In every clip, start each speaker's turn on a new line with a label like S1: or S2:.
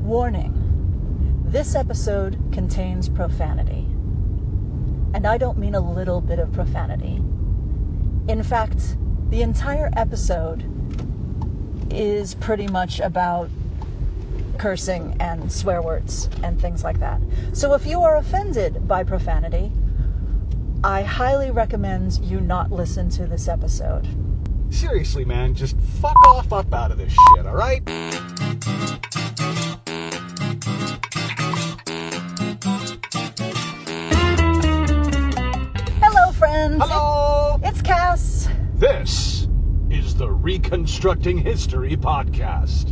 S1: Warning this episode contains profanity. And I don't mean a little bit of profanity. In fact, the entire episode is pretty much about cursing and swear words and things like that. So if you are offended by profanity, I highly recommend you not listen to this episode.
S2: Seriously, man, just fuck off up out of this shit, alright?
S1: Hello, friends!
S2: Hello!
S1: It's Cass!
S2: This is the Reconstructing History Podcast.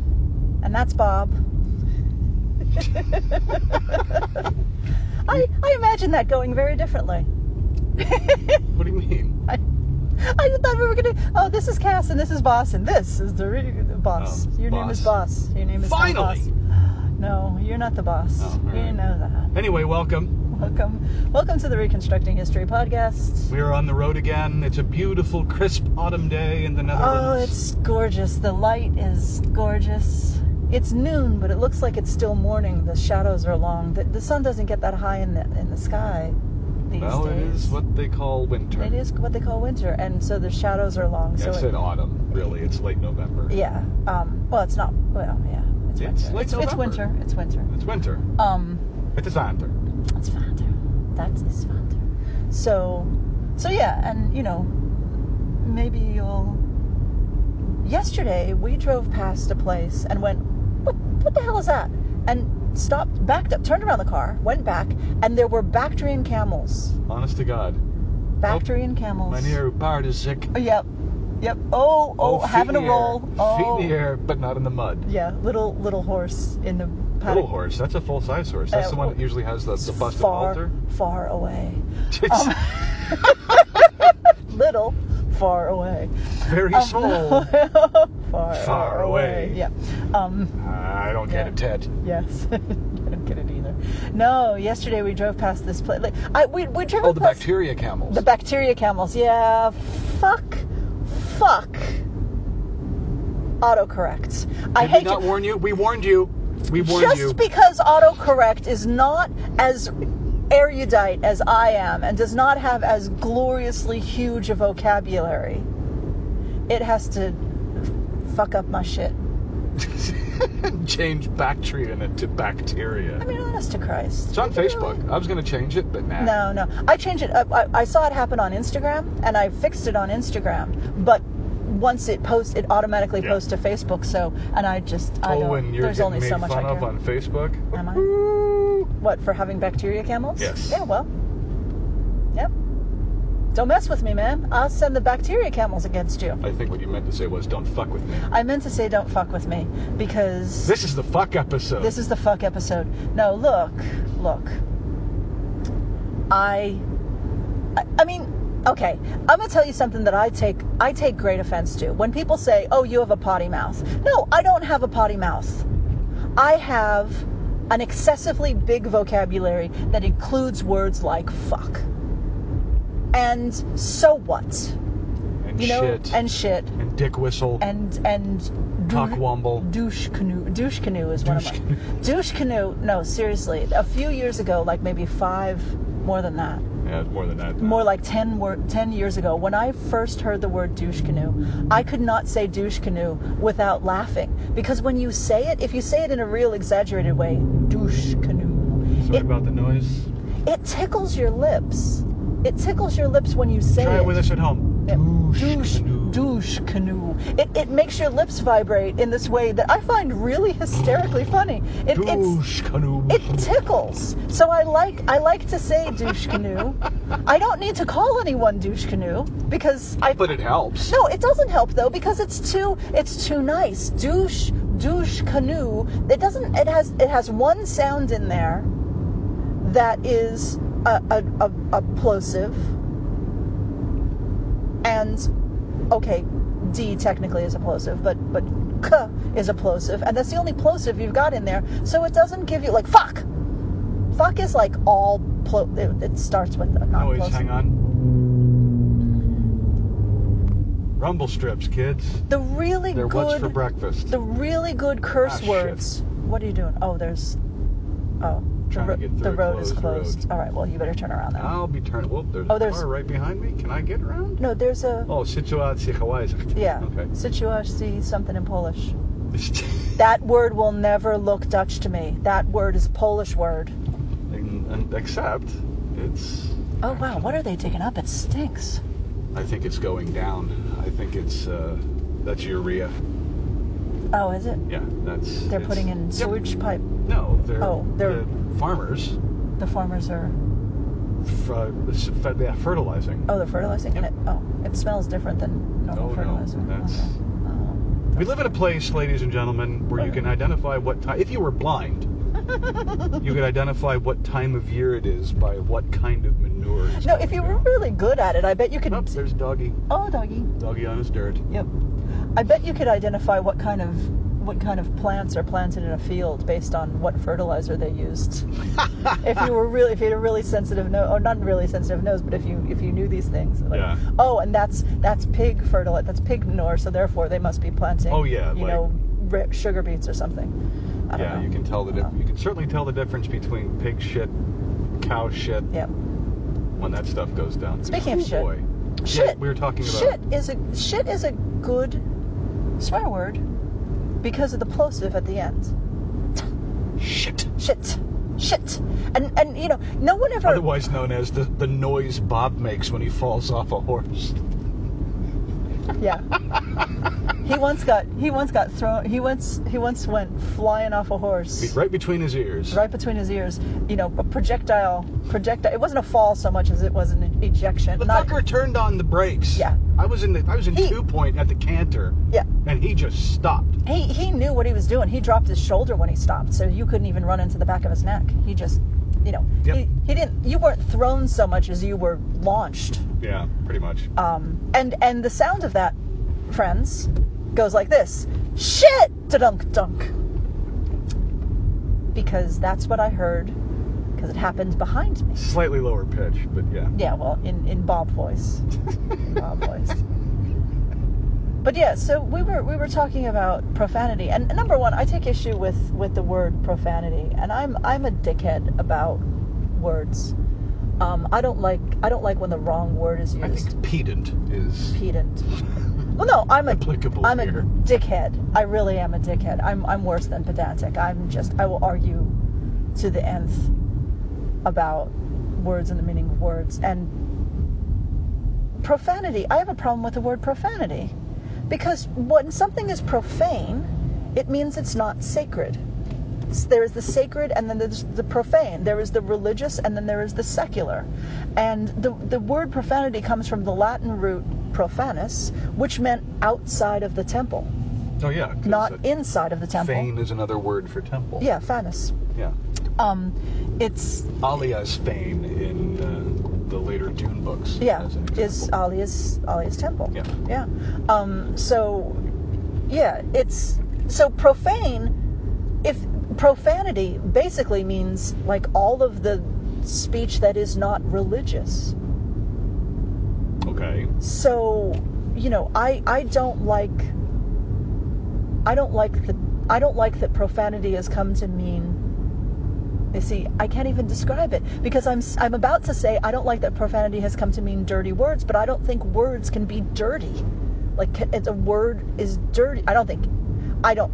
S1: And that's Bob. I, I imagine that going very differently.
S2: What do you mean?
S1: I, I thought we were gonna. Oh, this is Cass and this is Boss and this is the re- boss.
S2: Oh,
S1: Your name is Boss. Your name is not Boss.
S2: Finally!
S1: No, you're not the boss.
S2: Oh, all
S1: You
S2: right.
S1: know that.
S2: Anyway, welcome.
S1: Welcome, welcome to the Reconstructing History podcast.
S2: We're on the road again. It's a beautiful, crisp autumn day in the
S1: Oh,
S2: Netherlands.
S1: it's gorgeous. The light is gorgeous. It's noon, but it looks like it's still morning. The shadows are long. The, the sun doesn't get that high in the in the sky these
S2: well,
S1: days.
S2: it is what they call winter.
S1: It is what they call winter, and so the shadows are long.
S2: I
S1: so it-
S2: said autumn, really. It's late November.
S1: Yeah. Um, well, it's not. Well, yeah. It's
S2: It's
S1: winter.
S2: late
S1: it's, it's
S2: November.
S1: winter. It's winter.
S2: It's winter.
S1: Um,
S2: It is winter.
S1: it's winter. That's it's winter. So, so yeah, and you know, maybe you'll. Yesterday we drove past a place and went, what, what the hell is that? And stopped, backed up, turned around the car, went back, and there were Bactrian camels.
S2: Honest to God. Oh,
S1: Bactrian camels.
S2: My near part is sick.
S1: Oh, Yep. Yep. Oh, oh,
S2: feet
S1: having a
S2: in the air.
S1: roll. Oh.
S2: Feet in the air, but not in the mud.
S1: Yeah, little little horse in the paddock.
S2: Little horse. That's a full size horse. That's
S1: Uh,
S2: the one that usually has the, the busted
S1: far, Um,
S2: halter.
S1: far away.
S2: It's
S1: Little, far away.
S2: very
S1: Um,
S2: small.
S1: far,
S2: Far away.
S1: Yeah. Um,
S2: I don't get
S1: Yeah.
S2: it, Ted.
S1: yes. I don't get it either. No. Yesterday we drove past this place. Like, I we we drove
S2: Oh, the
S1: past
S2: bacteria camels.
S1: the bacteria camels. Yeah. Fuck. Fuck. Autocorrect. I
S2: Did we
S1: hate
S2: not
S1: it.
S2: warn you? We warned you. We warned
S1: just
S2: you.
S1: because autocorrect is not as erudite as I am and does not have as gloriously huge a vocabulary, it has to fuck up my shit.
S2: Change bacteria in it to bacteria.
S1: I mean, honest to Christ.
S2: It's on Facebook. I was going to change it, but nah.
S1: No, no. I changed it. up. I, I saw it happen on Instagram, and I fixed it on Instagram. But once it posts, it automatically
S2: Yeah.
S1: posts to Facebook. So, and I just, I
S2: Oh,
S1: don't.
S2: when you're
S1: there's
S2: getting
S1: only
S2: made
S1: so much
S2: fun
S1: I
S2: of
S1: can.
S2: on Facebook.
S1: Am I?
S2: Ooh.
S1: What for having bacteria camels?
S2: Yes.
S1: Yeah, well. Yep. Don't mess with me, man. I'll send the bacteria camels against you.
S2: I think what you meant to say was, "Don't fuck with me."
S1: I meant to say don't fuck with me because
S2: This is the fuck episode.
S1: this is the fuck episode. No, look, look. I, I, I mean, okay. I'm gonna tell you something that I take I take great offense to when people say, "Oh, you have a potty mouth." No, I don't have a potty mouth. I have an excessively big vocabulary that includes words like "fuck." And so what?
S2: and
S1: You know,
S2: shit.
S1: and shit,
S2: and dick whistle.
S1: and and doo-
S2: Cockwomble.
S1: douche canoe douche canoe is one
S2: Douche
S1: of them douche canoe no seriously a few years ago like maybe five more than that
S2: yeah, more than that.
S1: Mm-hmm. more like 10 wor- 10 years ago when i first heard the word douche canoe i could not say douche canoe without laughing because when you say it if you say it in a real exaggerated way douche canoe
S2: Sorry
S1: it,
S2: about the noise.
S1: it tickles your lips it tickles your lips when you say it
S2: Try it with us at home.
S1: yeah.
S2: Douche
S1: douche
S2: canoe.
S1: douche canoe. It, it makes your lips vibrate in this way that I find really hysterically funny. It, it's,
S2: Douche canoe.
S1: it tickles. So I like I like to say douche canoe. I don't need to call anyone douche canoe because I
S2: but it helps.
S1: no, it doesn't help though because it's too it's too nice. Douche douche canoe. It doesn't. It has it has one sound in there that is a a, a, a plosive and okay, D technically is a plosive, but but K is a plosive, and that's the only plosive you've got in there. So it doesn't give you like fuck. Fuck is like all plo- it, it starts with a non
S2: Noise,
S1: plosive.
S2: hang on. Rumble strips, kids.
S1: The really
S2: They're
S1: good
S2: what's for breakfast.
S1: the really good curse
S2: Ah, shit.
S1: words What are you doing? Oh, there's. Oh, the,
S2: Trying to get
S1: the
S2: through a
S1: road is
S2: closed
S1: closed.
S2: road. Ah.
S1: All right, well, you better turn around then.
S2: I'll be turning. Whoop, there's
S1: Oh,
S2: a
S1: there's-
S2: car right behind me. Can I get around?
S1: No, there's a.
S2: Oh, situacja hawaiiska.
S1: Yeah.
S2: Okay.
S1: Situacji something in Polish. That word will never look Dutch to me. That word is a Polish word.
S2: and, and except it's.
S1: Oh wow, what are they digging up? It stinks.
S2: I think it's going down. I think it's uh, that's urea.
S1: Oh, is it?
S2: Yeah, that's.
S1: They're
S2: it's-
S1: putting in
S2: Yep.
S1: sewage pipe.
S2: No, they're
S1: Oh, they're-
S2: the farmers.
S1: The farmers are.
S2: F- uh, s- fe- yeah, fertilizing.
S1: Oh, they're fertilizing
S2: Yep.
S1: it. Oh, it smells different than normal
S2: Oh, no,
S1: fertilizer.
S2: that's-
S1: Okay. Oh.
S2: We live in a place, ladies and gentlemen, where you can identify what time. If you were blind, you could identify what time of year it is by what kind of manure. is
S1: No,
S2: going
S1: if you were
S2: down.
S1: really good at it, I bet you could.
S2: Nope, there's doggy.
S1: Oh, doggy.
S2: Doggy on his dirt.
S1: Yep. I bet you could identify what kind of what kind of plants are planted in a field based on what fertilizer they used. if you were really, if you had a really sensitive nose, or not really sensitive nose, but if you if you knew these things, like,
S2: Yeah.
S1: oh, and that's that's pig fertilizer, that's pig manure, so therefore they must be planting.
S2: Oh, yeah,
S1: you
S2: like-
S1: know, ri sugar beets or something. I don't
S2: yeah,
S1: know. Uh, Uh-huh.
S2: you can tell the dif- you can certainly tell the difference between pig shit, cow shit
S1: Yep.
S2: when that stuff goes down.
S1: Speaking of
S2: Oh,
S1: shit.
S2: boy.
S1: Shit.
S2: Yeah, we were talking about
S1: shit is a shit is a good swear word because of the plosive at the end.
S2: shit,
S1: Shit, shit, and and you know no one ever.
S2: otherwise known as the, the noise Bob makes when he falls off a horse.
S1: Yeah. he once got he once got thrown. He once he once went flying off a horse.
S2: Right between his ears.
S1: Right between his ears, you know, a projectile, projectile. It wasn't a fall so much as it was an ejection.
S2: The
S1: Not-
S2: fucker turned on the brakes.
S1: Yeah.
S2: I was in the I was in
S1: He-
S2: two point at the canter.
S1: Yeah.
S2: And he just stopped.
S1: He he knew what he was doing. He dropped his shoulder when he stopped, so you couldn't even run into the back of his neck. He just, you know,
S2: Yep.
S1: he, he didn't. You weren't thrown so much as you were launched.
S2: Yeah, pretty much.
S1: Um, and and the sound of that, friends, goes like this: shit, dunk dunk. Because that's what I heard, because it happened behind me.
S2: Slightly lower pitch, but yeah.
S1: Yeah, well, in in Bob voice, In Bob voice. But yeah, so we were we were talking about profanity, and number one, I take issue with with the word profanity, and I'm I'm a dickhead about words. Um, I don't like I don't like when the wrong word is used.
S2: I think pedant is
S1: pedant. Well, no, I'm a
S2: Applicable
S1: am
S2: here.
S1: a dickhead. I really am a dickhead. I'm I'm worse than pedantic. I'm just I will argue to the nth about words and the meaning of words and profanity. I have a problem with the word profanity because when something is profane, it means it's not sacred. S- There is the sacred and then there's the profane. There is the religious and then there is the secular. And the, the word profanity comes from the Latin root profanus, which meant outside of the temple,
S2: Oh yeah. 'cause
S1: not
S2: a
S1: inside of the temple.
S2: Fane is another word for temple.
S1: Yeah, fanus.
S2: Yeah.
S1: Um, it's
S2: Alias fane in uh, the later Dune books.
S1: yeah
S2: as an
S1: is
S2: example.
S1: ali's ali's temple
S2: Yeah.
S1: yeah um so yeah it's so profane if profanity basically means like all of the speech that is not religious
S2: okay.
S1: so you know i i don't like i don't like the i don't like that profanity has come to mean you see i can't even describe it because i'm s- i'm about to say i don't like that profanity has come to mean dirty words but i don't think words can be dirty like c- it's a word is dirty i don't think i don't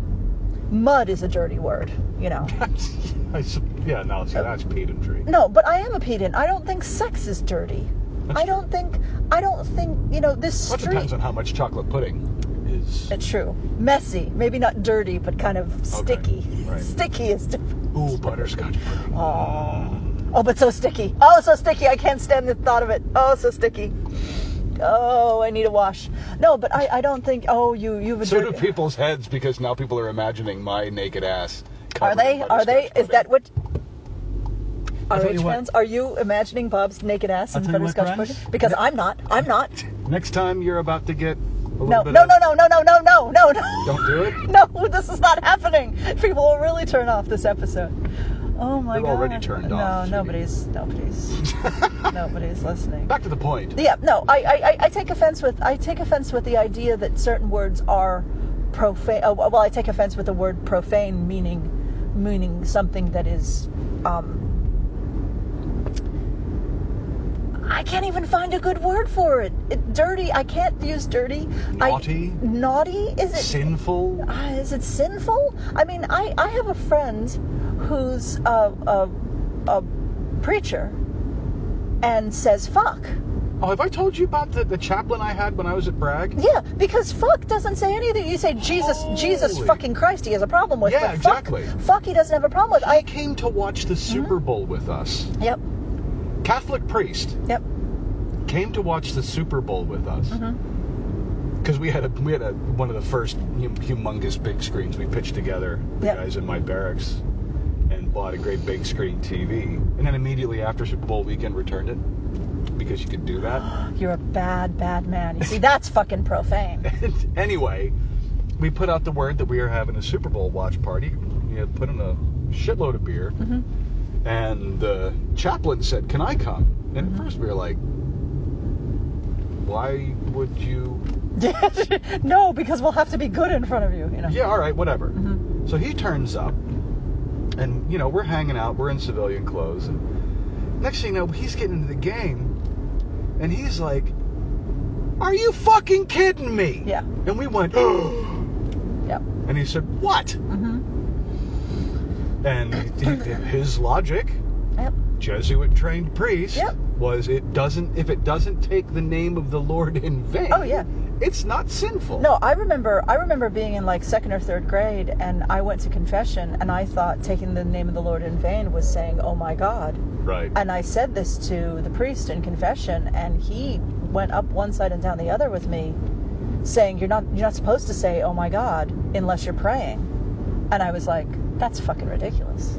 S1: mud is a dirty word you know
S2: I sup- yeah, no,
S1: Oh.
S2: see, that's pedantry.
S1: No, but I am a pedant. I don't think sex is dirty.
S2: That's
S1: I don't think. I don't think you know this
S2: Well, it depends
S1: street.
S2: on how much chocolate pudding is.
S1: It's Uh, true. Messy, maybe not dirty, but kind of sticky.
S2: right.
S1: Sticky is different.
S2: Ooh, butterscotch pudding.
S1: Oh, but so sticky. Oh, so sticky. I can't stand the thought of it. Oh, so sticky. Oh, I need a wash. No, but I, I don't think. Oh, you you've a
S2: So do
S1: dirty.
S2: people's heads because now people are imagining my naked ass.
S1: Are
S2: covered
S1: they?
S2: in
S1: Are they?
S2: butterscotch
S1: Is that
S2: pudding.
S1: what?
S2: I'll tell
S1: RH
S2: you what.
S1: fans, are you imagining Bob's naked ass
S2: I'll
S1: in
S2: tell you what,
S1: butterscotch
S2: Grimes.
S1: pudding? Because I'm not. I'm not.
S2: Next time you're about to get a little
S1: No,
S2: bit
S1: no,
S2: of.
S1: no, no, no, no, no, no, no, no.
S2: Don't do it?
S1: No, this is not happening. People will really turn off this episode. Oh my
S2: They've
S1: god.
S2: already turned
S1: no,
S2: off,
S1: No,
S2: sweetie.
S1: nobody's nobody's nobody's listening.
S2: Back to the point.
S1: Yeah, no, I, I I- I take offense with I take offense with the uh, idea that certain words are profane. Oh, well, I take offense with the word profane meaning meaning something that is. Um, I can't even find a good word for it. it dirty. I can't use dirty. I-
S2: Naughty?
S1: naughty. Is it?
S2: Sinful?
S1: uh, is it sinful? I mean, I, I have a friend who's a, a, a preacher and says fuck.
S2: Oh, have I told you about the, the chaplain I had when I was at Bragg?
S1: Yeah, because fuck doesn't say anything. You say Jesus, Jesus
S2: Holy-
S1: fucking Christ, he has a problem with.
S2: Yeah,
S1: but fuck-
S2: exactly.
S1: Fuck, he doesn't have a problem with.
S2: He
S1: I.
S2: came to watch the
S1: Mm-hmm.
S2: Super Bowl with us.
S1: Yep,
S2: Catholic priest
S1: yep.
S2: came to watch the Super Bowl with us. Because we had a we had a, one of the first hum, humongous big screens we pitched together, the
S1: Yep.
S2: guys in my barracks, and bought a great big screen TV. And then immediately after Super Bowl weekend, returned it because you could do that.
S1: You're a bad, bad man. You see, that's fucking profane.
S2: And anyway, we put out the word that we are having a Super Bowl watch party. We had put in a shitload of beer, and the chaplain said, "Can I come?" And at first we were like, "Why would you
S1: no, because we'll have to be good in front of you. You know.
S2: yeah, all right, whatever.
S1: Mm-hmm.
S2: So he turns up, and you know we're hanging out, we're in civilian clothes, and next thing you know, he's getting into the game, and he's like, "Are you fucking kidding me?"
S1: Yeah.
S2: And we went, and
S1: Yep.
S2: he said, "What?"
S1: Mm-hmm.
S2: And he, he- his logic,
S1: Yep.
S2: Jesuit trained priest,
S1: Yep.
S2: was it doesn't if it doesn't take the name of the Lord in vain.
S1: Oh, yeah.
S2: it's not sinful.
S1: No, I remember. I remember being in like second or third grade, and I went to confession, and I thought taking the name of the Lord in vain was saying, "Oh my God."
S2: right.
S1: And I said this to the priest in confession, and he went up one side and down the other with me, saying, "You're not you're not supposed to say, oh my God, unless you're praying." And I was like, "That's fucking ridiculous."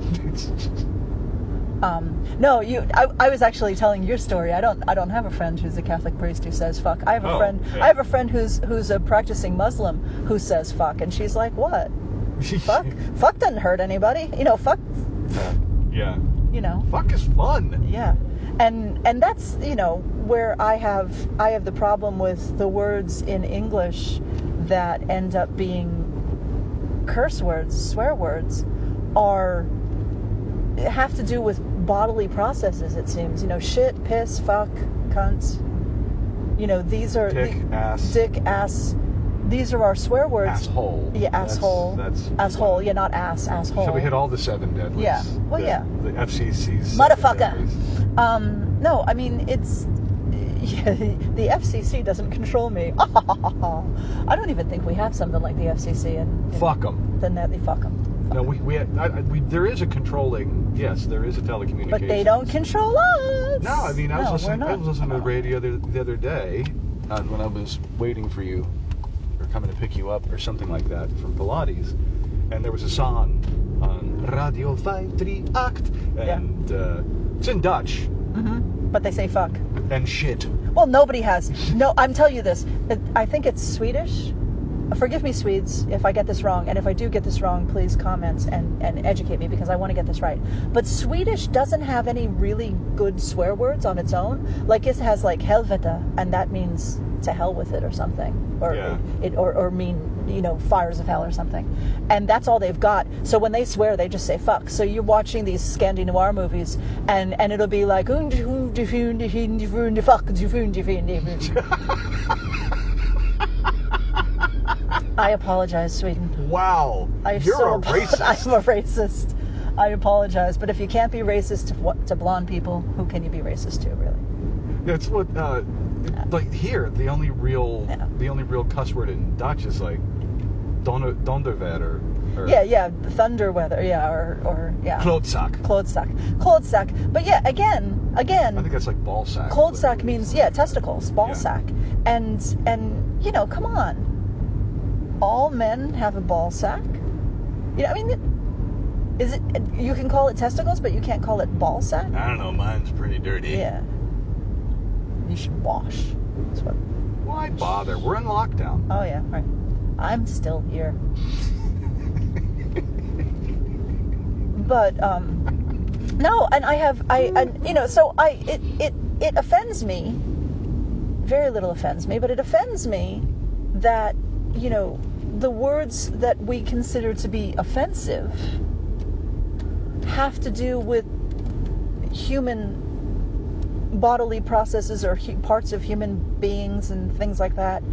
S1: Um, no, you. I, I was actually telling your story. I don't. I don't have a friend who's a Catholic priest who says fuck. I have a
S2: Oh,
S1: friend.
S2: yeah.
S1: I have a friend who's who's a practicing Muslim who says fuck, and she's like, "What? Fuck? fuck doesn't hurt anybody. You know, fuck.
S2: yeah.
S1: You know."
S2: Fuck is fun.
S1: yeah and and that's you know where i have i have the problem with the words in english that end up being curse words swear words are have to do with bodily processes it seems you know shit piss fuck cunt you know these are
S2: Dick,
S1: the-
S2: ass.
S1: dick ass these are our swear words
S2: asshole.
S1: yeah asshole
S2: That's, that's
S1: asshole
S2: fun.
S1: yeah not ass asshole
S2: Shall we hit all the seven deadlies?
S1: Yeah. Well,
S2: the,
S1: yeah.
S2: The FCC's seven deadlies.
S1: motherfucker. Um, no, I mean it's the FCC doesn't control me. I don't even think we have something like the FCC, and
S2: Fuck them.
S1: then that they fuck 'em.
S2: No, we we, I, I, we there is a controlling. Yes, there is a telecommunications.
S1: but they don't control us.
S2: No, I mean I was
S1: No,
S2: listening.
S1: we're
S2: I
S1: not.
S2: was listening to the
S1: No.
S2: radio the, the other day uh, when I was waiting for you or coming to pick you up or something like that from Pilates, and there was a song on Radio 538, and uh, it's in Dutch
S1: But they say fuck.
S2: and shit.
S1: Well, nobody has. No, I'm telling you this. It- I think it's Swedish. Forgive me, Swedes, if I get this wrong. And if I do get this wrong, please comment and, and educate me because I want to get this right. But Swedish doesn't have any really good swear words on its own. Like it has like helveta, and that means to hell with it or something. Or,
S2: Yeah.
S1: it, or, or mean, you know, fires of hell or something. And that's all they've got. So when they swear, they just say fuck. So you're watching these Scandi noir movies, and, and it'll be like, "Und, und, und, und, und, fuck, und, und, und, und." I apologize, Sweden.
S2: Wow,
S1: I'm
S2: you're
S1: so
S2: a
S1: apo-
S2: racist.
S1: I'm a racist. I apologize. But if you can't be racist to, what, to blonde people, who can you be racist to, really?
S2: That's what, uh, like here, the only real,
S1: Yeah.
S2: the only real cuss word in Dutch is like donder, donderwet or, or
S1: Yeah, yeah, thunder weather, yeah, or, or yeah.
S2: klootzak.
S1: Klodsack. Klodsack. But yeah, again, again.
S2: I think that's like ball sack.
S1: cold sack
S2: literally.
S1: means yeah testicles ball
S2: Yeah.
S1: sack and and you know come on all men have a ball sack you know i mean is it you can call it testicles but you can't call it ball sack
S2: I don't know. Mine's pretty dirty.
S1: yeah you should wash That's what-
S2: Why bother? We're in lockdown.
S1: oh yeah all right i'm still here but um no and i have i and you know so i it it it offends me very little offends me but it offends me that you know the words that we consider to be offensive have to do with human bodily processes or hu- parts of human beings and things like that.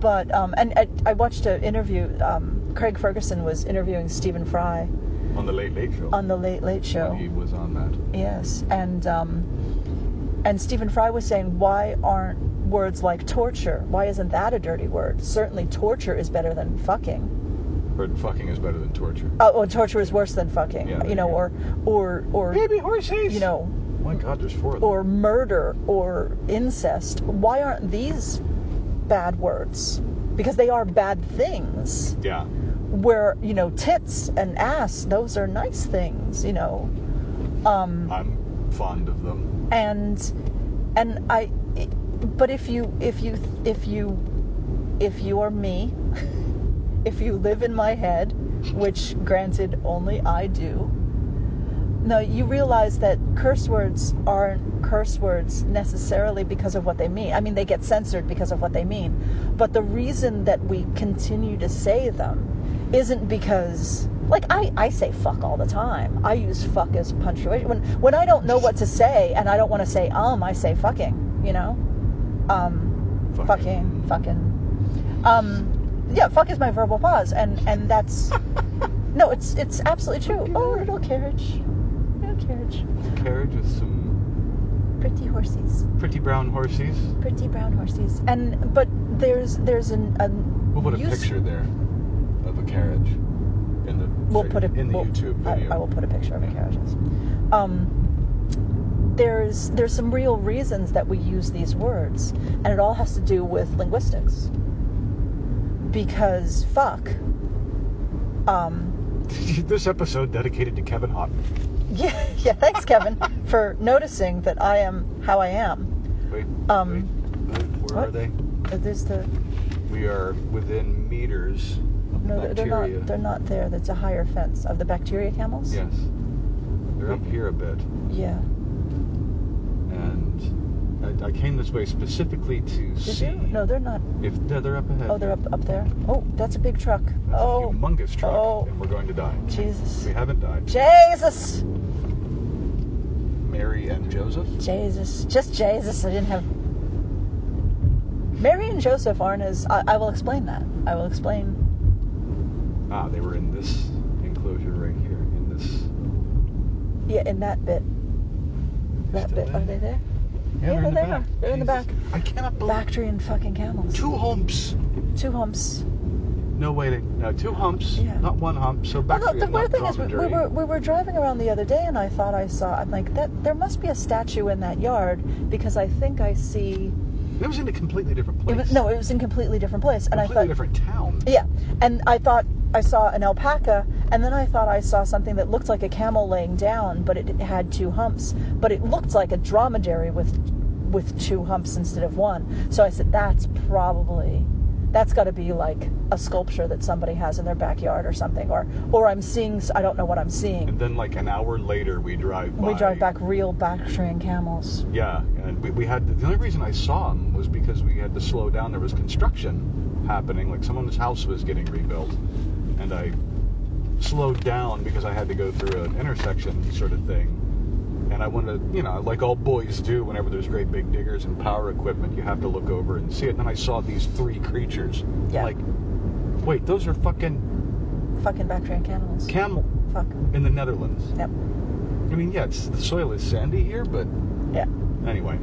S1: But um, and I, I watched an interview. Um, Craig Ferguson was interviewing Stephen Fry
S2: on the Late Late Show.
S1: on the Late Late Show.
S2: when he was on that.
S1: Yes, and um, and Stephen Fry was saying, why aren't words like torture? Why isn't that a dirty word? Certainly, torture is better than fucking.
S2: But fucking is better than torture.
S1: Oh, oh torture is worse than fucking.
S2: Yeah, there
S1: you know,
S2: you go.
S1: or or or
S2: Baby horses.
S1: you know,
S2: My God, there's four of them.
S1: or murder or incest. Why aren't these bad words? Because they are bad things.
S2: Yeah.
S1: Where you know, tits and ass, those are nice things. You know, Mm.
S2: I'm fond of them.
S1: and and I but if you if you if you if you are me if you live in my head which granted only I do no you realize that curse words aren't curse words necessarily because of what they mean I mean they get censored because of what they mean but the reason that we continue to say them isn't because like I, I say fuck all the time. I use fuck as punctuation. When when I don't know what to say and I don't want to say um, I say fucking, you know? Um fucking fucking um yeah fuck is my verbal pause and and that's no it's it's absolutely true oh little carriage little carriage
S2: Carriage with some
S1: pretty horses
S2: pretty brown horses.
S1: pretty brown horses and but there's there's an, an
S2: We'll put a
S1: use-
S2: picture there of a carriage in the
S1: we'll put a
S2: in the
S1: we'll-
S2: YouTube
S1: I-
S2: video.
S1: I, will put a picture of the
S2: Yeah.
S1: carriages um there's there's some real reasons that we use these words and it all has to do with linguistics because fuck um
S2: this episode dedicated to Kevin Houghton.
S1: Yeah, yeah. Thanks, Kevin, for noticing that I am how I am.
S2: Wait,
S1: Um,
S2: wait, wait, where
S1: what?
S2: are they?
S1: Uh, There's the
S2: We are within meters of
S1: no, they're- they're
S2: bacteria.
S1: not. They're not there. That's a higher fence of the bacteria camels.
S2: Yes, they're up here a bit,
S1: Yeah.
S2: and I, I came this way specifically to
S1: Did
S2: see
S1: you? No, they're not.
S2: if no, they're up ahead.
S1: Oh, they're up up there. Oh, that's a big truck.
S2: That's a
S1: Oh,
S2: humongous truck,
S1: Oh.
S2: and we're going to die.
S1: Jesus,
S2: We haven't died.
S1: Jesus,
S2: Mary and Joseph.
S1: Jesus, just Jesus. I didn't have. Mary and Joseph aren't as. I, I will explain that. I will explain.
S2: Ah, they were in this enclosure right here. In this.
S1: Yeah, in that bit. That
S2: Still
S1: bit.
S2: there?
S1: Are they there?
S2: Yeah, they're in
S1: there
S2: the
S1: they
S2: back.
S1: are. They're in the
S2: Jesus.
S1: back.
S2: I cannot believe
S1: Bactrian fucking camels.
S2: two humps.
S1: two humps.
S2: No waiting. No, two humps.
S1: Yeah.
S2: Not one hump. So back
S1: Although
S2: to
S1: the
S2: your
S1: weird thing is, we, we
S2: dromedary.
S1: were we were driving around the other day, and I thought I saw. I'm like that. There must be a statue in that yard because I think I see.
S2: It was in a completely different
S1: It
S2: place.
S1: was, no, it was in a completely different place, and
S2: completely
S1: I thought.
S2: different town.
S1: Yeah, and I thought I saw an alpaca, and then I thought I saw something that looked like a camel laying down, but it had two humps. But it looked like a dromedary with with two humps instead of one. So I said, that's probably that's got to be like a sculpture that somebody has in their backyard or something, or or I'm seeing I don't know what I'm
S2: And
S1: seeing.
S2: then, like an hour later, we drive.
S1: We
S2: by-
S1: drive back real Bactrian camels.
S2: Yeah, and we, we had the only reason I saw him was because we had to slow down. There was construction happening, like someone's house was getting rebuilt, and I slowed down because I had to go through an intersection sort of thing. And I wanted to, you know, like all boys do whenever there's great big diggers and power equipment, you have to look over and see it. And then I saw these three creatures.
S1: Yeah.
S2: Like, wait, those are fucking
S1: Fucking Bactrian camels.
S2: camel
S1: Fuck.
S2: in the Netherlands.
S1: Yep.
S2: I mean, yeah, it's, the soil is sandy here, but
S1: Yeah.
S2: anyway.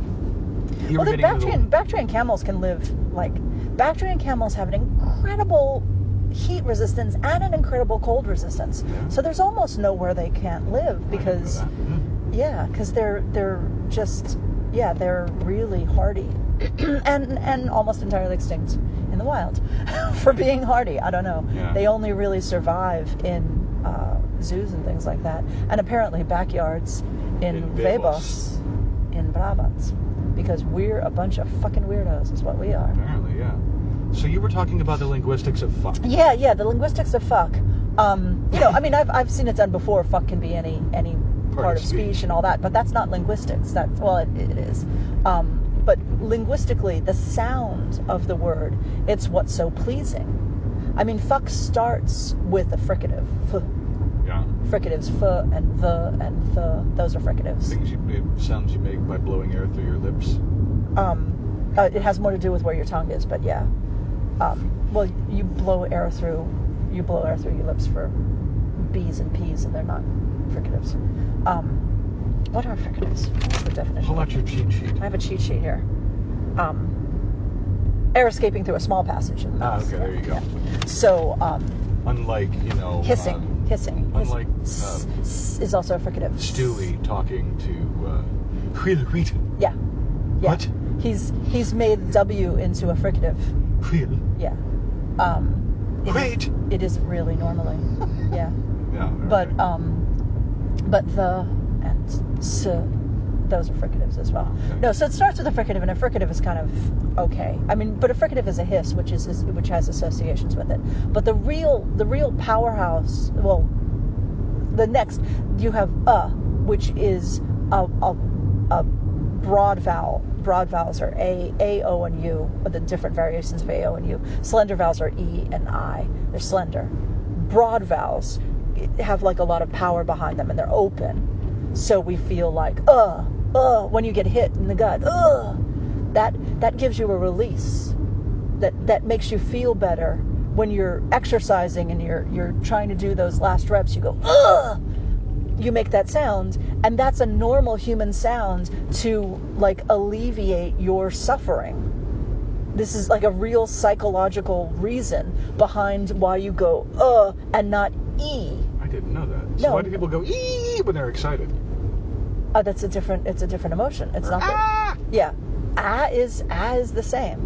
S2: You
S1: Well,
S2: were
S1: the
S2: getting into the-
S1: Bactrian, Bactrian camels can live like Bactrian camels have an incredible heat resistance and an incredible cold resistance.
S2: Yeah.
S1: So there's almost nowhere they can't live
S2: I didn't know
S1: because
S2: that. Yeah.
S1: yeah, because they're they're just yeah they're really hardy and and almost entirely extinct in the wild for being hardy. I don't know.
S2: Yeah.
S1: They only really survive in uh, zoos and things like that, and apparently backyards in,
S2: In
S1: Vebos,
S2: Vebos.
S1: in Brabant, because we're a bunch of fucking weirdos, is what we are.
S2: Apparently, yeah. So you were talking about the linguistics of fuck.
S1: Yeah, yeah, the linguistics of fuck. Um, you know, I mean, I've, I've seen it done before. Fuck can be any any part, of speech. and all that, but that's not linguistics. That's well, it, it is. Um, but linguistically, the sound of the word, it's what's so pleasing. I mean, fuck starts with a fricative, f,
S2: Yeah.
S1: Fricatives f and the and the. Those are fricatives.
S2: Things you it, sounds you make by blowing air through your lips.
S1: Um, uh, it has more to do with where your tongue is, but yeah. Um, well, you blow air through. You blow air through your lips for B's and P's, and they're not fricatives. Um, what are fricatives? What is the definition?
S2: Pull out your cheat sheet.
S1: I have a cheat sheet here. Um, air escaping through a small passage in the
S2: Ah,
S1: mouth.
S2: okay, there you go.
S1: So, um,
S2: Unlike you know,
S1: hissing,
S2: um,
S1: hissing.
S2: unlike,
S1: hiss-
S2: um,
S1: s- is also a fricative.
S2: Stewie talking to uh, Wheeler Wheaton.
S1: Yeah. Yeah.
S2: What?
S1: He's he's made W into a fricative.
S2: Wheel.
S1: Yeah. Um, it is-
S2: Wait.
S1: it isn't really normally. yeah.
S2: No, okay.
S1: But um, but the and s, those are fricatives as well.
S2: Okay.
S1: No, so it starts with a fricative, and a fricative is kind of okay. I mean, but a fricative is a hiss, which is, is which has associations with it. But the real the real powerhouse, well, the next you have a, which is a, a, a broad vowel. Broad vowels are a, a, o, and u, but the different variations of a, o, and u. Slender vowels are e and i. They're slender. Broad vowels have like a lot of power behind them, and they're open, so we feel like uh, uh when you get hit in the gut. Uh, that that gives you a release that that makes you feel better when you're exercising and you're you're trying to do those last reps you go Ugh! you make that sound and that's a normal human sound to like alleviate your suffering this is like a real psychological reason behind why you go uh and not e
S2: I didn't know that. So
S1: No.
S2: why do people go ee when they're excited?
S1: uh, that's a different it's a different emotion it's
S2: Or,
S1: not the,
S2: ah!
S1: yeah ah is ah is the same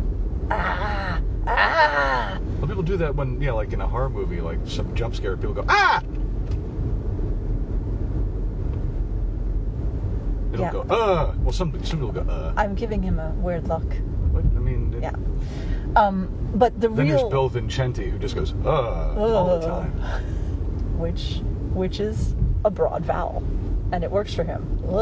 S1: ah ah
S2: Well, people do that when, yeah, like in a horror movie, like some jump scare, people go ah. They don't
S1: Yeah.
S2: go uh. Well, some some people go uh.
S1: i'm giving him a weird look
S2: What? I mean, it-
S1: Yeah. Um, but the
S2: Then
S1: real
S2: there's Bill Vincenti who just goes uh all the time.
S1: which which is a broad vowel, and it works for him. Ugh.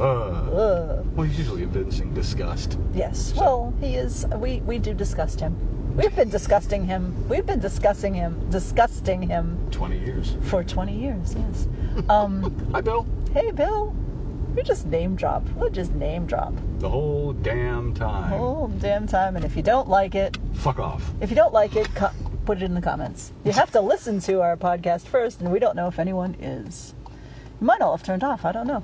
S2: Uh.
S1: Ugh.
S2: Well, he's usually evincing disgust.
S1: Yes. Well, he is. We we do disgust him. We've been disgusting him. We've been discussing him. Disgusting him
S2: Twenty years.
S1: for 20 years. Yes. Um,
S2: Hi, Bill.
S1: hey, Bill. We just name drop. We'll just name drop.
S2: The whole damn time.
S1: Oh, damn time. And if you don't like it,
S2: Fuck off.
S1: If you don't like it, co- put it in the comments. You have to listen to our podcast first, and we don't know if anyone is. You might all have turned off. I don't know.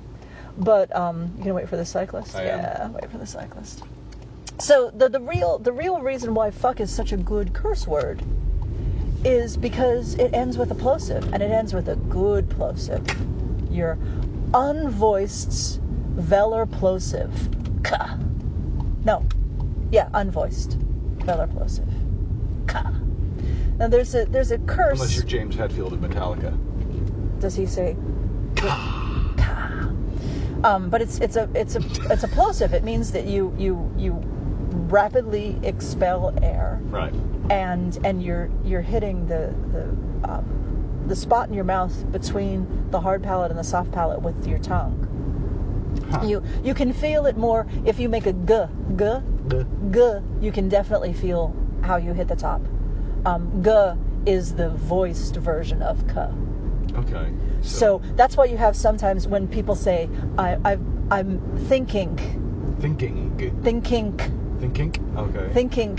S1: But um, you gonna wait for the cyclist?
S2: I am.
S1: yeah, wait for the cyclist. So the the real the real reason why fuck is such a good curse word is because it ends with a plosive, and it ends with a good plosive. Your unvoiced velar plosive. Ka. No, yeah, unvoiced velar plosive. Ka. Now there's a there's a curse.
S2: Unless you're James Hetfield of Metallica.
S1: does he say? Ka. Um, but it's it's a it's a it's a plosive. It means that you you you rapidly expel air,
S2: Right.
S1: and and you're you're hitting the the um, the spot in your mouth between the hard palate and the soft palate with your tongue.
S2: Huh.
S1: You you can feel it more if you make a g g
S2: Duh.
S1: g. You can definitely feel how you hit the top. Um, g is the voiced version of k.
S2: Okay.
S1: So that's why you have sometimes when people say, I, I, I'm thinking,
S2: thinking,
S1: thinking,
S2: thinking. Okay.
S1: thinking,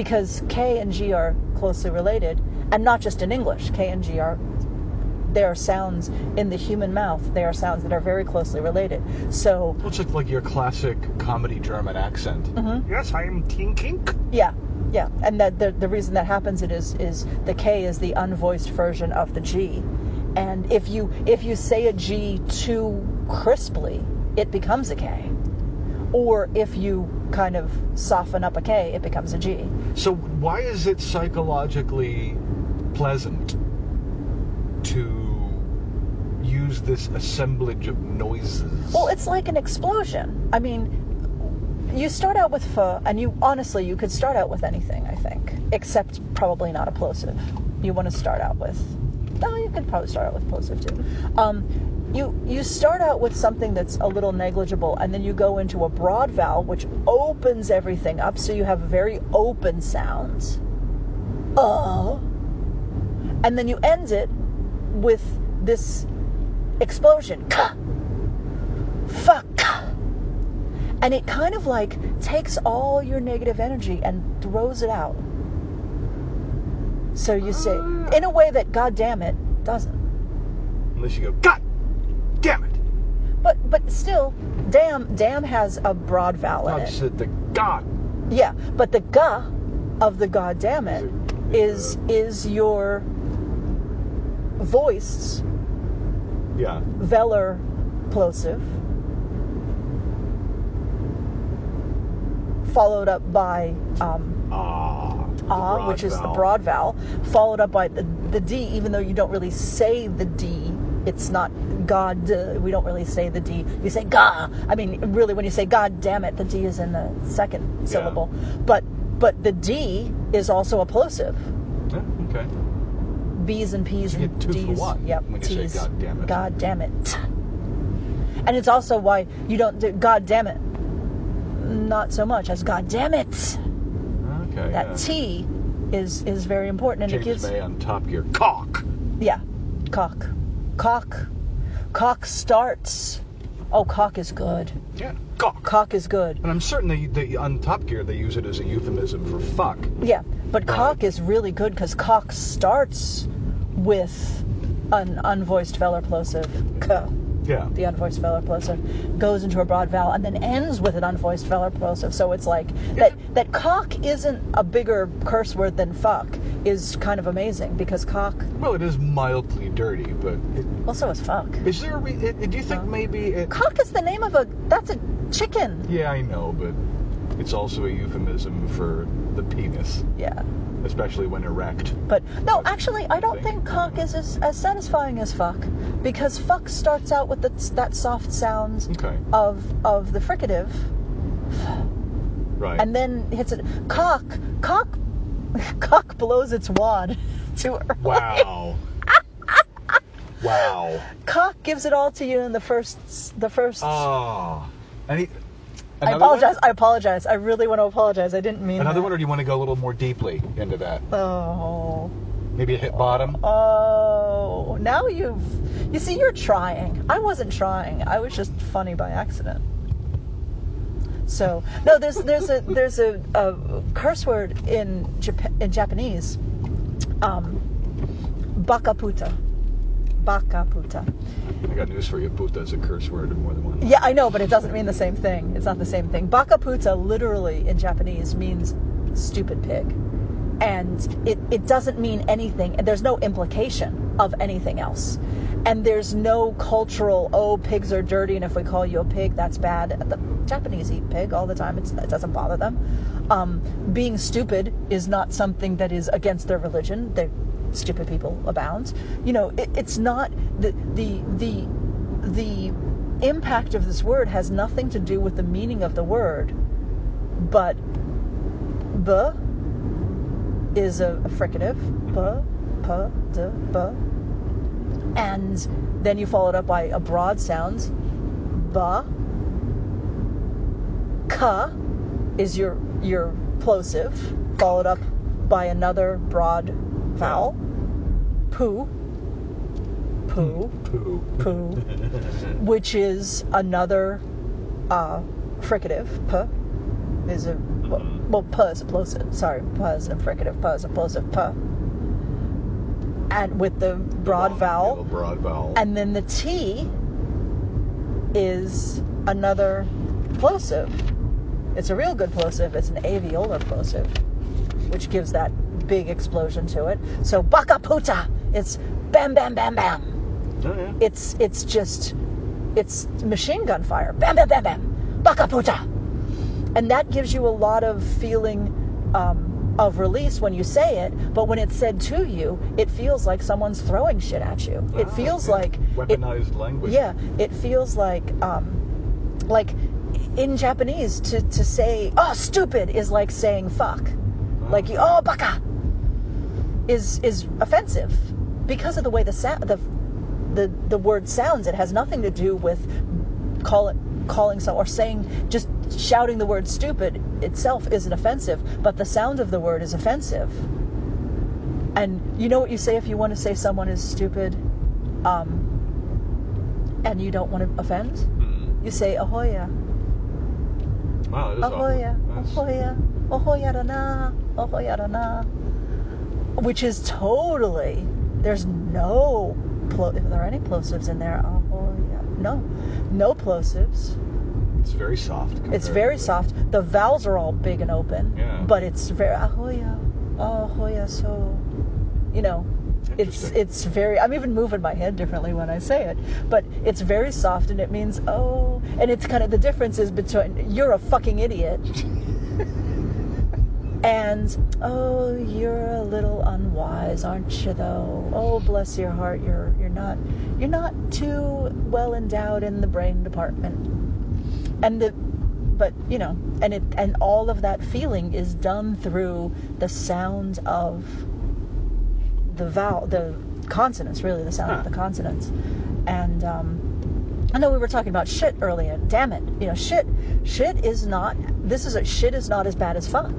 S1: because K and G are closely related, and not just in English. K and G are, they are sounds in the human mouth, they are sounds that are very closely related. So,
S2: Looks like, like your classic comedy German accent.
S1: Mm-hmm.
S2: Yes, I'm thinking.
S1: yeah, yeah. And that the, the reason that happens it is, is the K is the unvoiced version of the G. And if you, if you say a G too crisply, it becomes a K. or if you kind of soften up a K, it becomes a G.
S2: So why is it psychologically pleasant to use this assemblage of noises?
S1: Well, it's like an explosion. I mean, you start out with pho, and you honestly, you could start out with anything, I think, except probably not a plosive. You want to start out with, well, you could probably start out with plosive too. Um, you, you start out with something that's a little negligible, and then you go into a broad vowel, which opens everything up, so you have a very open Uh-huh. sound. Uh, and then you end it with this explosion. Ka. Fuck. And it kind of like takes all your negative energy and throws it out. So you say,
S2: Ah.
S1: in a way that, God damn it, doesn't.
S2: Unless you go, God damn it.
S1: But but still, damn damn has a broad vowel in
S2: I
S1: it.
S2: just said the God.
S1: Yeah, but the ga of the god damn it is
S2: Is it-
S1: is your voiced
S2: Yeah.
S1: velar plosive followed up by um,
S2: Ah. the
S1: ah,
S2: broad
S1: which is the
S2: vowel.
S1: broad vowel, followed up by the, the d, even though you don't really say the d. It's not God. uh, We don't really say the D. You say "ga." I mean, really, when you say "God damn it," the D is in the second syllable. But but the D is also a plosive.
S2: Yeah, okay.
S1: B's and P's
S2: You
S1: and
S2: get two for
S1: D's.
S2: one
S1: Yep.
S2: when you say,
S1: T's.
S2: "God damn it."
S1: God damn it. And it's also why you don't do God damn it. Not so much as God damn it.
S2: Okay.
S1: That
S2: yeah.
S1: T is is very important and
S2: James
S1: it gives
S2: May on Top Gear. Cock.
S1: Yeah. Cock. Cock. Cock starts. Oh cock is good.
S2: Yeah. Cock.
S1: Cock is good.
S2: And I'm certain they, they on Top Gear they use it as a euphemism for fuck.
S1: Yeah. But
S2: Right.
S1: cock is really good because cock starts with an unvoiced velar plosive. Co.
S2: Yeah.
S1: the unvoiced velar plosive goes into a broad vowel and then ends with an unvoiced velar plosive so it's like that that cock isn't a bigger curse word than fuck is kind of amazing because cock
S2: Well, it is mildly dirty, but it,
S1: also is fuck
S2: is there a re- it, do you think maybe it?
S1: cock is the name of a that's a chicken
S2: Yeah, I know, but it's also a euphemism for the penis,
S1: yeah
S2: especially when erect.
S1: but no actually i don't think
S2: Think.
S1: cock is as, as satisfying as fuck because fuck starts out with the, that soft sound
S2: Okay.
S1: of of the fricative
S2: Right.
S1: and then hits it. Cock, cock, cock blows its wad to early.
S2: wow. wow.
S1: Cock gives it all to you in the first, the first.
S2: Ah. Any.
S1: I
S2: another one?
S1: apologize. I apologize. I really want to apologize. I didn't mean
S2: Another
S1: that.
S2: one, or do you want to go a little more deeply into that?
S1: Oh,
S2: Maybe a hit bottom.
S1: oh. Now you've, you see, you're trying. I wasn't trying. I was just funny by accident. So no, there's there's a there's a, a curse word in Japan in Japanese, um, bakaputa, bakaputa.
S2: I got news for you. Puta is a curse word in more than one.
S1: Yeah, I know, but it doesn't mean the same thing. It's not the same thing. Bakaputa literally in Japanese means stupid pig. And it, it doesn't mean anything. And there's no implication of anything else. And there's no cultural, oh, pigs are dirty, and if we call you a pig, that's bad. The Japanese eat pig all the time, it's, it doesn't bother them. Um, being stupid is not something that is against their religion. They, stupid people abound. You know, it, it's not the, the, the, the impact of this word has nothing to do with the meaning of the word, but b is a, a fricative, b, p, d, b, and then you follow it up by a broad sound, ba. Ka is your your plosive, followed up by another broad vowel, poo, poo.
S2: Poo.
S1: poo, which is another uh, fricative. P is a well, well, p is a plosive. Sorry, p is a fricative. P is a plosive. P, and with the broad
S2: Long
S1: vowel,
S2: middle Broad vowel.
S1: and then the t is another plosive. It's a real good plosive. It's an alveolar plosive, which gives that big explosion to it. So bakaputa. It's bam, bam, bam, bam
S2: oh, yeah.
S1: it's it's just it's machine gun fire bam bam bam bam bakaputa and that gives you a lot of feeling um, of release when you say it but when it's said to you it feels like someone's throwing shit at you it
S2: Ah,
S1: feels
S2: yeah.
S1: like it,
S2: weaponized language.
S1: yeah it feels like um, like in japanese to, to say oh stupid is like saying fuck like you oh baka is is offensive because of the way the sa- the the the word sounds. It has nothing to do with call it calling so or saying just shouting the word stupid itself isn't offensive, but the sound of the word is offensive. And you know what you say if you want to say someone is stupid? Um, and you don't want to offend,
S2: Hmm.
S1: you say ahoya,
S2: Wow,
S1: Oh,
S2: that is
S1: ahoya,
S2: awkward. That's-
S1: ahoya, ahoyarana, ahoyarana, which is totally. There's no. Plo- if there are any plosives in there, ahoya, no, no plosives.
S2: It's very soft.
S1: It's very
S2: comparatively.
S1: soft. The vowels are all big and open,
S2: Yeah.
S1: but it's very ahoya, ahoya. So, you know, it's
S2: Interesting.
S1: it's very. I'm even moving my head differently when I say it, but it's very soft, and it means oh. And it's kind of the difference is between you're a fucking idiot and oh, you're a little unwise, aren't you? Though oh, bless your heart, you're you're not you're not too well endowed in the brain department and the but you know and it and all of that feeling is done through the sound of the vowel the consonants really the sound
S2: Huh.
S1: of the consonants and um I know we were talking about shit earlier. Damn it. You know, shit shit is not this is a shit is not as bad as fuck.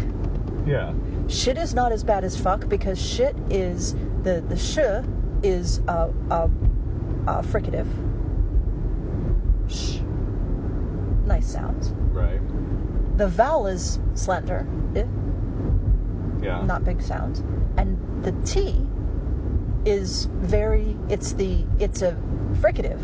S2: yeah.
S1: Shit is not as bad as fuck because shit is the the sh is a a, a fricative. Sh. Nice sound.
S2: Right.
S1: The vowel is slender. Eh?
S2: Yeah.
S1: not big sound and the t is very it's the it's a fricative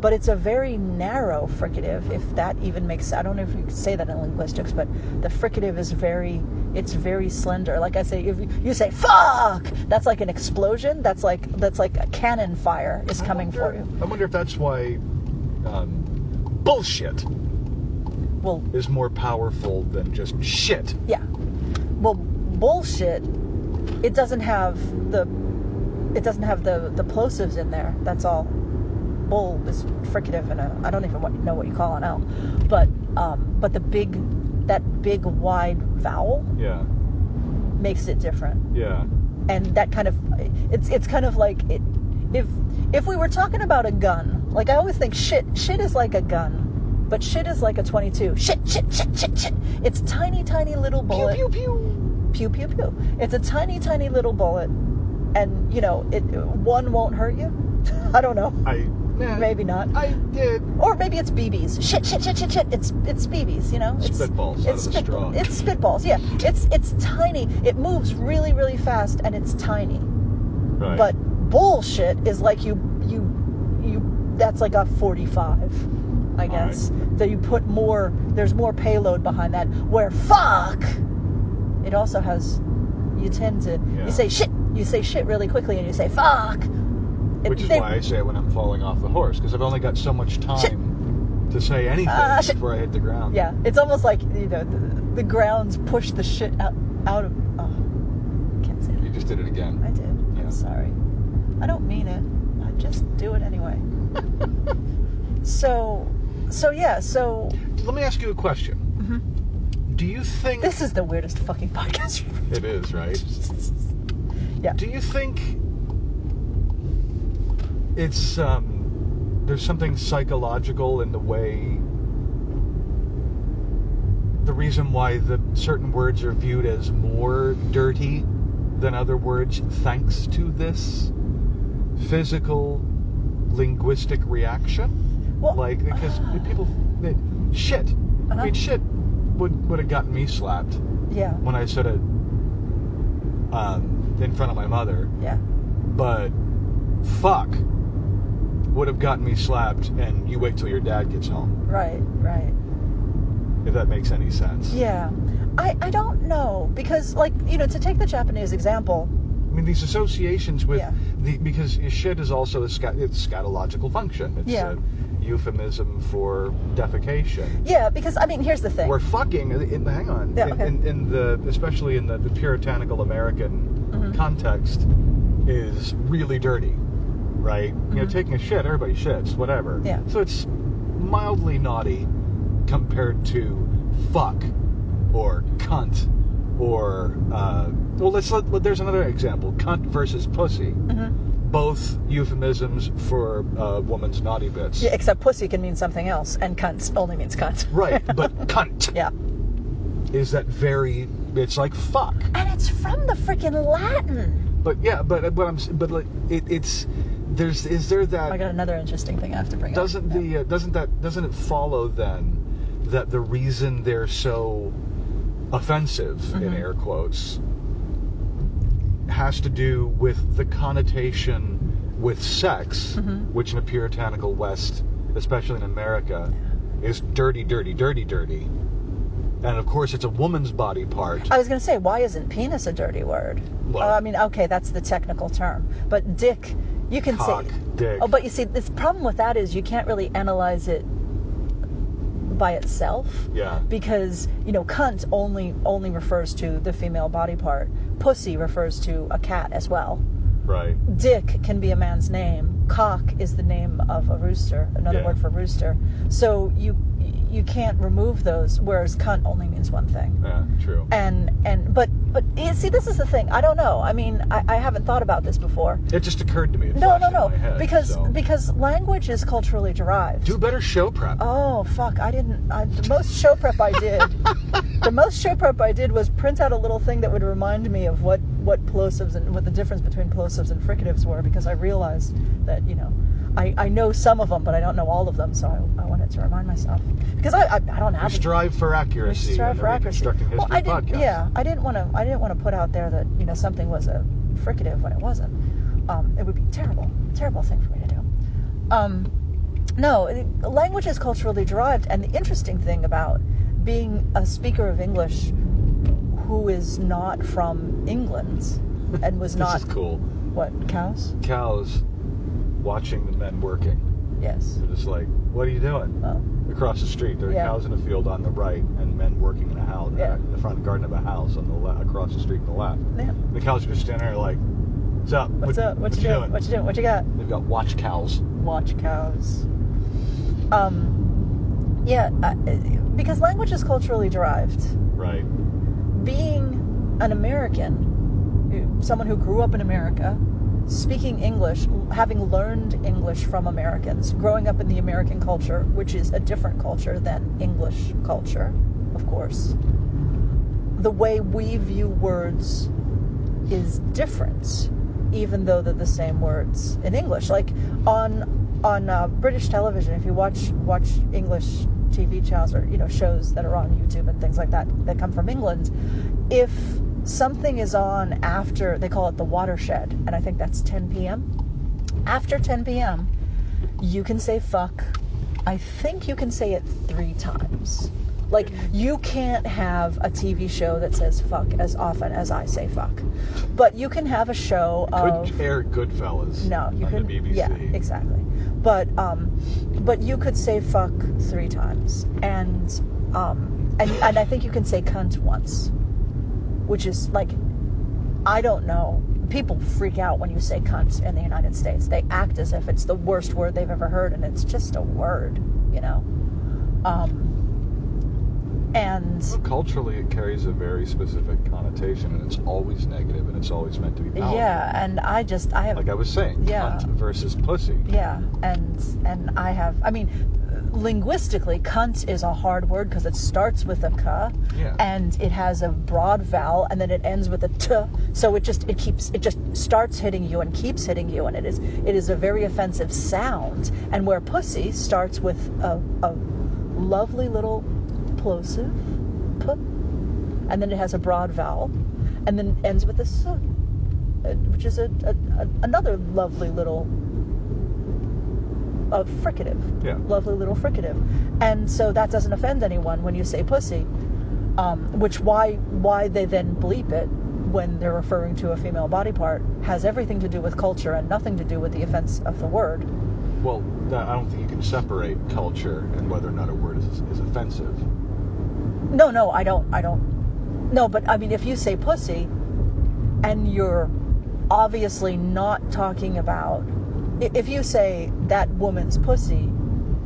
S1: but it's a very narrow fricative if that even makes i don't know if you could say that in linguistics but the fricative is very it's very slender like i say if you, you say fuck that's like an explosion that's like that's like a cannon fire is
S2: I
S1: coming for
S2: wonder-
S1: you
S2: I wonder if that's why um, bullshit
S1: well
S2: is more powerful than just shit.
S1: yeah well bullshit it doesn't have the it doesn't have the the plosives in there that's all bull is fricative and a, i don't even want, know what you call an l but um but the big that big wide vowel
S2: Yeah.
S1: makes it different
S2: Yeah.
S1: and that kind of it's it's kind of like it, if if we were talking about a gun like i always think shit shit is like a gun but shit is like a 22 shit shit shit shit shit it's tiny tiny little bullet
S2: Pew pew pew.
S1: pew pew pew. It's a tiny, tiny little bullet, and you know, it one won't hurt you. I don't know.
S2: I. nah,
S1: Maybe not.
S2: I did.
S1: Or maybe it's BBs. Shit, shit, shit, shit, shit. It's it's BBs. You know, it's
S2: Spitballs out
S1: It's
S2: of a straw.
S1: spitball. It's spitballs. Yeah. It's it's tiny. It moves really, really fast, and it's tiny.
S2: Right.
S1: But bullshit is like you you you. That's like a forty-five. I
S2: All
S1: guess that you put more. There's more payload behind that. Where fuck. It also has. You tend to.
S2: Yeah.
S1: You say shit. You say shit really quickly, and you say fuck. It-
S2: Which is
S1: they-
S2: why I say when I'm falling off the horse, because I've only got so much time to say anything
S1: Ah, shit.
S2: before I hit the ground.
S1: Yeah, it's almost like you know the, the grounds push the shit out out of. Oh, can't say
S2: You
S1: that.
S2: just did it again.
S1: I did.
S2: Yeah.
S1: I'm sorry. I don't mean it. I just do it anyway. so, so yeah. So
S2: Let me ask you a question.
S1: mhm.
S2: Do you think
S1: this is the weirdest fucking podcast.
S2: it is right?
S1: yeah.
S2: Do you think it's um, there's something psychological in the way the reason why the certain words are viewed as more dirty than other words thanks to this physical linguistic reaction?
S1: Well,
S2: like because the people they, shit. I
S1: Uh-huh.
S2: mean shit would would have gotten me slapped
S1: Yeah.
S2: when I said it um, in front of my mother.
S1: Yeah.
S2: but fuck would have gotten me slapped and you wait till your dad gets home
S1: Right. Right.
S2: if that makes any sense
S1: Yeah. I, I don't know because like you know to take the Japanese example.
S2: i mean these associations with
S1: Yeah.
S2: the because shit is also a scat, it's scatological function it's
S1: Yeah.
S2: a euphemism for defecation
S1: Yeah, because I mean here's the thing.
S2: We're fucking in, hang on
S1: Yeah,
S2: in,
S1: okay.
S2: in, in the especially in the, the puritanical american
S1: Mhm.
S2: context is really dirty right you know
S1: Mhm.
S2: taking a shit everybody shits whatever
S1: Yeah.
S2: so it's mildly naughty compared to fuck or cunt or uh, well let's let, let- there's another example cunt versus pussy
S1: Mhm.
S2: both euphemisms for a woman's naughty bits
S1: Yeah, except pussy can mean something else, and cunt only means cunt.
S2: right but cunt
S1: yeah.
S2: is that very it's like fuck
S1: And it's from the freaking Latin.
S2: but yeah but but i'm s- but like it, it's there's is there that
S1: I got another interesting thing I have to bring
S2: doesn't
S1: up.
S2: the uh, doesn't that doesn't it follow then that the reason they're so offensive in
S1: Mhm.
S2: air quotes has to do with the connotation with sex
S1: Mhm.
S2: which in the puritanical west especially in america is dirty dirty dirty dirty and of course it's a woman's body part
S1: I was going to say, why isn't penis a dirty word?
S2: Well-
S1: Uh, I mean, okay, that's the technical term, but dick, you can
S2: cock
S1: say.
S2: dick
S1: Oh, but you see, the problem with that is you can't really analyze it by itself.
S2: yeah
S1: Because you know, cunt only only refers to the female body part. Pussy refers to a cat as well.
S2: right
S1: Dick can be a man's name. Cock is the name of a rooster, another
S2: Yeah.
S1: word for rooster. So you you can't remove those. Whereas cunt only means one thing.
S2: yeah true
S1: And and but but you see, this is the thing. I don't know. I mean, I, I haven't thought about this before.
S2: it just occurred to me it
S1: No,
S2: flashed
S1: no,
S2: into
S1: no.
S2: my head,
S1: because
S2: so.
S1: because language is culturally derived.
S2: do better show prep
S1: Oh fuck! I didn't. I, the most show prep I did, the most show prep I did was print out a little thing that would remind me of what what plosives and what the difference between plosives and fricatives were because I realized that you know I, I know some of them but I don't know all of them so I, I wanted to remind myself because I I, I don't
S2: we
S1: have
S2: strive for
S1: we
S2: accuracy
S1: strive
S2: on the
S1: for accuracy.
S2: reconstructing
S1: Well,
S2: history
S1: I didn't.
S2: podcast
S1: Yeah, I didn't want to. I didn't want to put out there that you know something was a fricative when it wasn't. Um, it would be terrible, terrible thing for me to do. Um, no, it- language is culturally derived, and the interesting thing about being a speaker of English who is not from England and was
S2: this
S1: not
S2: is cool
S1: what cows?
S2: cows watching the men working.
S1: Yes.
S2: They're just like, what are you doing?
S1: Well,
S2: Across the street, there are
S1: Yeah.
S2: cows in a field on the right and men working in a house,
S1: Yeah.
S2: in the front garden of a house on the le- across the street on the left.
S1: yeah.
S2: The cows are just standing there like, what's up?
S1: What's
S2: What-
S1: up? What, you doing? What you doing? What you got?
S2: They've got watch cows.
S1: watch cows. Um, yeah, I, because language is culturally derived.
S2: Right.
S1: Being an American, someone who grew up in America, speaking English, having learned English from Americans, growing up in the American culture, which is a different culture than English culture, of course, the way we view words is different, even though they're the same words in English. Like on on uh, British television, if you watch watch English TV channels or you know shows that are on YouTube and things like that that come from England, if something is on after they call it the watershed, and I think that's 10 p.m. After 10 p.m., you can say fuck. I think you can say it three times. Like, you can't have a TV show that says fuck as often as I say fuck. But you can have a show of.
S2: Couldn't air Goodfellas
S1: Oh. No, you
S2: on
S1: couldn't.
S2: the BBC.
S1: Yeah, exactly. But um, but you could say fuck three times, and um, and and I think you can say cunt once, which is like, I don't know. People freak out when you say cunt in the United States. They act as if it's the worst word they've ever heard, and it's just a word, you know. Um, and
S2: Well, culturally, it carries a very specific connotation, and it's always negative, and it's always meant to be powerful.
S1: yeah, and I just I have
S2: Like I was saying,
S1: Yeah.
S2: cunt versus pussy.
S1: Yeah, and and I have. I mean, linguistically, cunt is a hard word because it starts with a k,
S2: Yeah.
S1: and it has a broad vowel, and then it ends with a t. So it just it keeps it just starts hitting you and keeps hitting you, and it is it is a very offensive sound. And where pussy starts with a, a lovely little plosive, p, and then it has a broad vowel, and then ends with a s, uh, which is a, a, a another lovely little a fricative.
S2: Yeah.
S1: Lovely little fricative. And so that doesn't offend anyone when you say pussy. Um, which why why they then bleep it when they're referring to a female body part has everything to do with culture and nothing to do with the offense of the word.
S2: Well, th- I don't think you can separate culture and whether or not a word is, is offensive.
S1: No, no, I don't I don't No, but I mean if you say pussy and you're obviously not talking about i- if you say that woman's pussy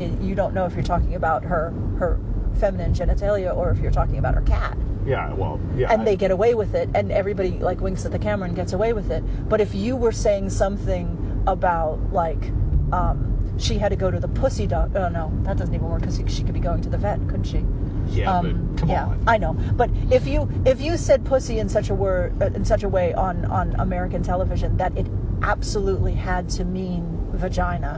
S1: i you don't know if you're talking about her her feminine genitalia or if you're talking about her cat
S2: Yeah, well, yeah.
S1: and they get away with it and everybody like winks at the camera and gets away with it but if you were saying something about like um, she had to go to the pussy doc oh no that doesn't even work because she, she could be going to the vet couldn't she
S2: Yeah, but come
S1: Um, yeah,
S2: on.
S1: I know. But if you if you said pussy in such a word uh, in such a way on on American television that it absolutely had to mean vagina,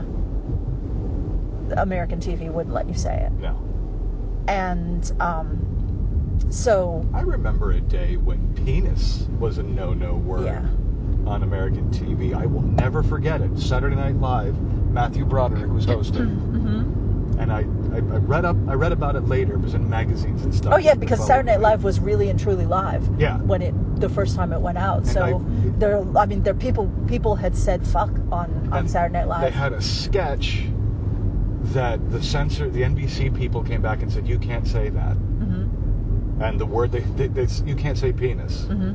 S1: American TV wouldn't let you say it.
S2: No.
S1: And um, so,
S2: I remember a day when penis was a no-no word
S1: Yeah.
S2: on American TV. I will never forget it. Saturday Night Live, Matthew Broderick was hosting,
S1: mhm.
S2: and I, I, I read up I read about it later. It was in magazines and stuff.
S1: oh yeah, because
S2: That
S1: Saturday Night
S2: followed
S1: Live was really and truly live.
S2: Yeah.
S1: When it the first time it went out,
S2: And
S1: so
S2: I-
S1: there, I mean, there people people had said fuck on on
S2: And
S1: Saturday Night Live.
S2: They had a sketch that the censor, the NBC people came back and said, "You can't say that."
S1: hmm
S2: And the word they, they, they you can't say penis.
S1: hmm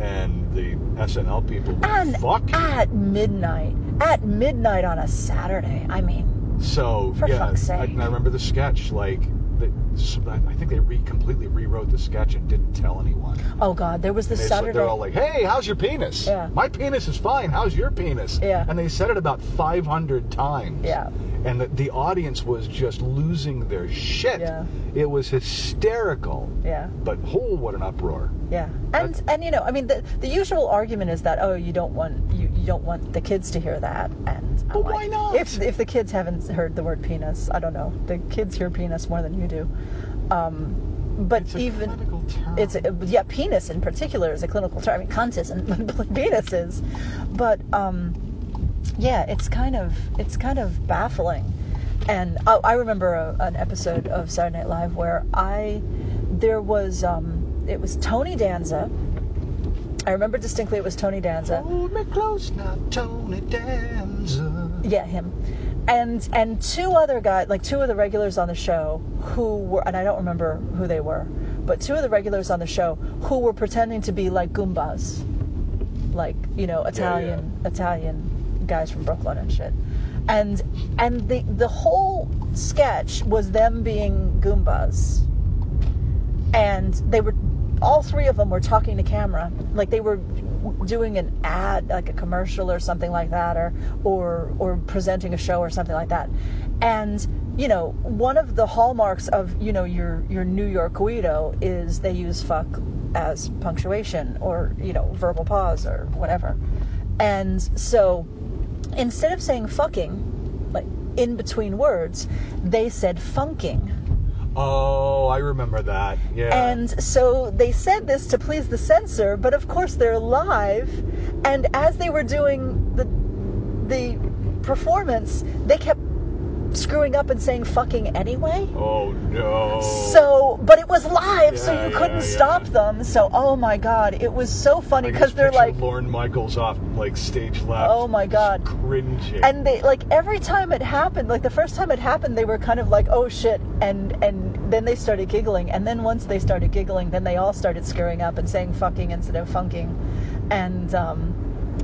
S2: And the SNL people went,
S1: And
S2: "Fuck you."
S1: at midnight, at midnight on a Saturday. I mean,
S2: So
S1: For
S2: yeah,
S1: fuck's
S2: I,
S1: sake.
S2: and I remember the sketch. Like, the, so I I think they re, completely rewrote the sketch and didn't tell anyone.
S1: oh god, there was
S2: And
S1: this
S2: they said
S1: Saturday.
S2: they're all like, "Hey, how's your penis?
S1: Yeah.
S2: My penis is fine. How's your penis?"
S1: Yeah.
S2: And they said it about 500 times.
S1: Yeah.
S2: And the, the audience was just losing their shit.
S1: Yeah.
S2: It was hysterical.
S1: yeah.
S2: But oh, what an uproar!
S1: Yeah, and
S2: That's-
S1: and you know, I mean, the, the usual argument is that oh, you don't want you, you don't want the kids to hear that, and I'm
S2: But
S1: like,
S2: why not?
S1: If if the kids haven't heard the word penis, I don't know. The kids hear penis more than you do, um, but
S2: It's a
S1: even
S2: clinical term.
S1: it's uh, yeah, penis in particular is a clinical term. I mean, cunt isn't, but penis is, but um, yeah, it's kind of it's kind of baffling. And oh, I, I remember a, an episode of Saturday Night Live where I there was um, it was Tony Danza. I remember distinctly it was Tony Danza.
S2: Hold me close now, Tony Danza.
S1: Yeah, him. And and two other guys, like two of the regulars on the show who were and I don't remember who they were, but two of the regulars on the show who were pretending to be like Goombas. Like, you know, Italian Italian guys from Brooklyn and shit. And and the the whole sketch was them being Goombas. And they were all three of them were talking to camera. Like they were doing an ad, like a commercial or something like that, or or or presenting a show or something like that. And you know, one of the hallmarks of you know your your New York Guido is they use fuck as punctuation or you know verbal pause or whatever. And so instead of saying fucking, like in between words, they said funking.
S2: Oh, I remember that. Yeah.
S1: And so they said this to please the censor, but of course they're live. And as they were doing the the performance, they kept screwing up and saying fucking anyway.
S2: oh no.
S1: So, but it was live, so
S2: Yeah,
S1: you
S2: yeah,
S1: couldn't
S2: yeah.
S1: stop them. So, oh my god, it was so funny
S2: I can
S1: because
S2: just
S1: they're
S2: picture
S1: like,
S2: Lauren Michaels off like stage left.
S1: Oh, my
S2: just
S1: God.
S2: cringing.
S1: and they like every time it happened like the first time it happened they were kind of like oh shit and and then they started giggling and then once they started giggling then they all started screwing up and saying fucking instead of funking and um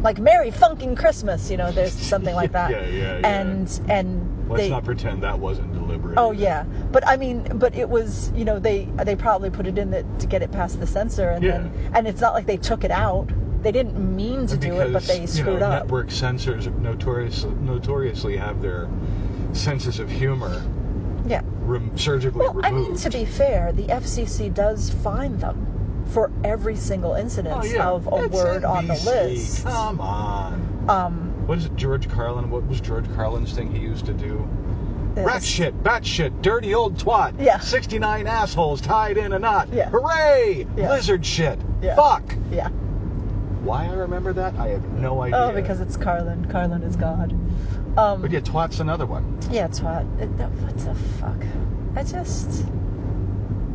S1: like merry funking christmas you know there's something like that
S2: Yeah, yeah, yeah.
S1: and and
S2: Let's
S1: they
S2: not pretend that wasn't deliberate.
S1: Oh
S2: either.
S1: yeah, but I mean, but it was you know they they probably put it in that to get it past the censor and then
S2: Yeah.
S1: and it's not like they took it out. They didn't mean to do it, but
S2: Because,
S1: they screwed
S2: you know,
S1: up.
S2: network censors notoriously notoriously have their senses of humor
S1: Yeah.
S2: rem- surgically
S1: Well,
S2: removed.
S1: I mean, to be fair, the FCC does fine them for every single incidence
S2: oh, yeah.
S1: of a
S2: It's
S1: word on the
S2: NBC.
S1: list.
S2: Come on.
S1: Um,
S2: What is it, George Carlin? What was George Carlin's thing he used to do? Rat
S1: that's-
S2: shit, bat shit, dirty old twat.
S1: Yeah.
S2: 69 assholes tied in a knot.
S1: Yeah.
S2: Hooray!
S1: Yeah.
S2: Lizard shit.
S1: Yeah.
S2: Fuck!
S1: Yeah.
S2: Why I remember that, I have no idea.
S1: Oh, because it's Carlin. Carlin is God. Um,
S2: But yeah, twat's another one.
S1: Yeah, it's hot. It, that- what the fuck? I just.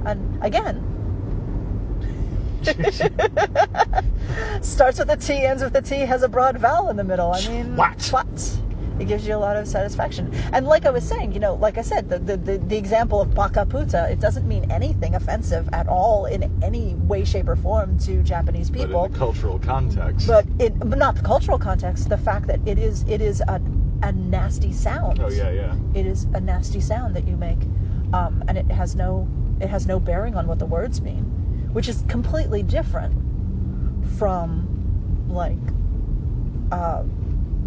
S1: And again. Starts with a T, ends with a T, has a broad vowel in the middle. I mean,
S2: Swat.
S1: It gives you a lot of satisfaction. And like I was saying, you know, like I said, the, the, the, the example of baka puta, it doesn't mean anything offensive at all in any way, shape, or form to Japanese
S2: But
S1: people
S2: in the cultural context.
S1: but it but not the cultural context the fact that it is it is a, a nasty sound
S2: Oh, yeah, yeah.
S1: it is a nasty sound that you make um, and it has no it has no bearing on what the words mean which is completely different from like uh,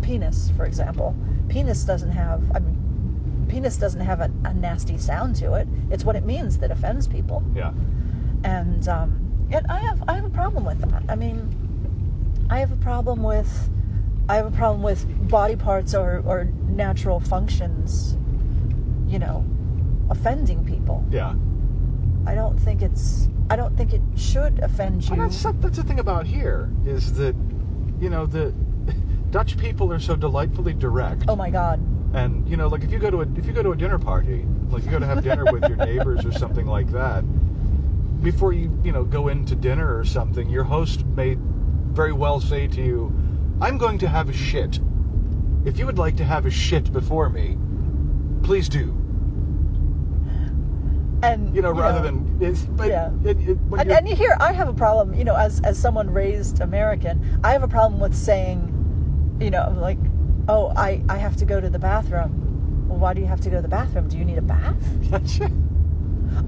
S1: penis for example penis doesn't have i mean penis doesn't have a, a nasty sound to it it's what it means that offends people
S2: Yeah.
S1: and um, yet I have I have a problem with that. I mean, I have a problem with I have a problem with body parts or, or natural functions, you know, offending people.
S2: Yeah.
S1: I don't think it's. I don't think it should offend you.
S2: Well, that's some- that's the thing about here is that you know the Dutch people are so delightfully direct,
S1: oh my god.
S2: and you know like if you go to a if you go to a dinner party, like you go to have dinner with your neighbors or something like that, before you you know go into dinner or something, your host may very well say to you, "I'm going to have a shit. If you would like to have a shit before me, please do."
S1: And
S2: You know, rather
S1: know,
S2: than it's, but
S1: Yeah.
S2: it, it, when
S1: and,
S2: you're-
S1: and you hear I have a problem, you know, as as someone raised American, I have a problem with saying, you know, like, oh, I I have to go to the bathroom. Well, why do you have to go to the bathroom? Do you need a bath?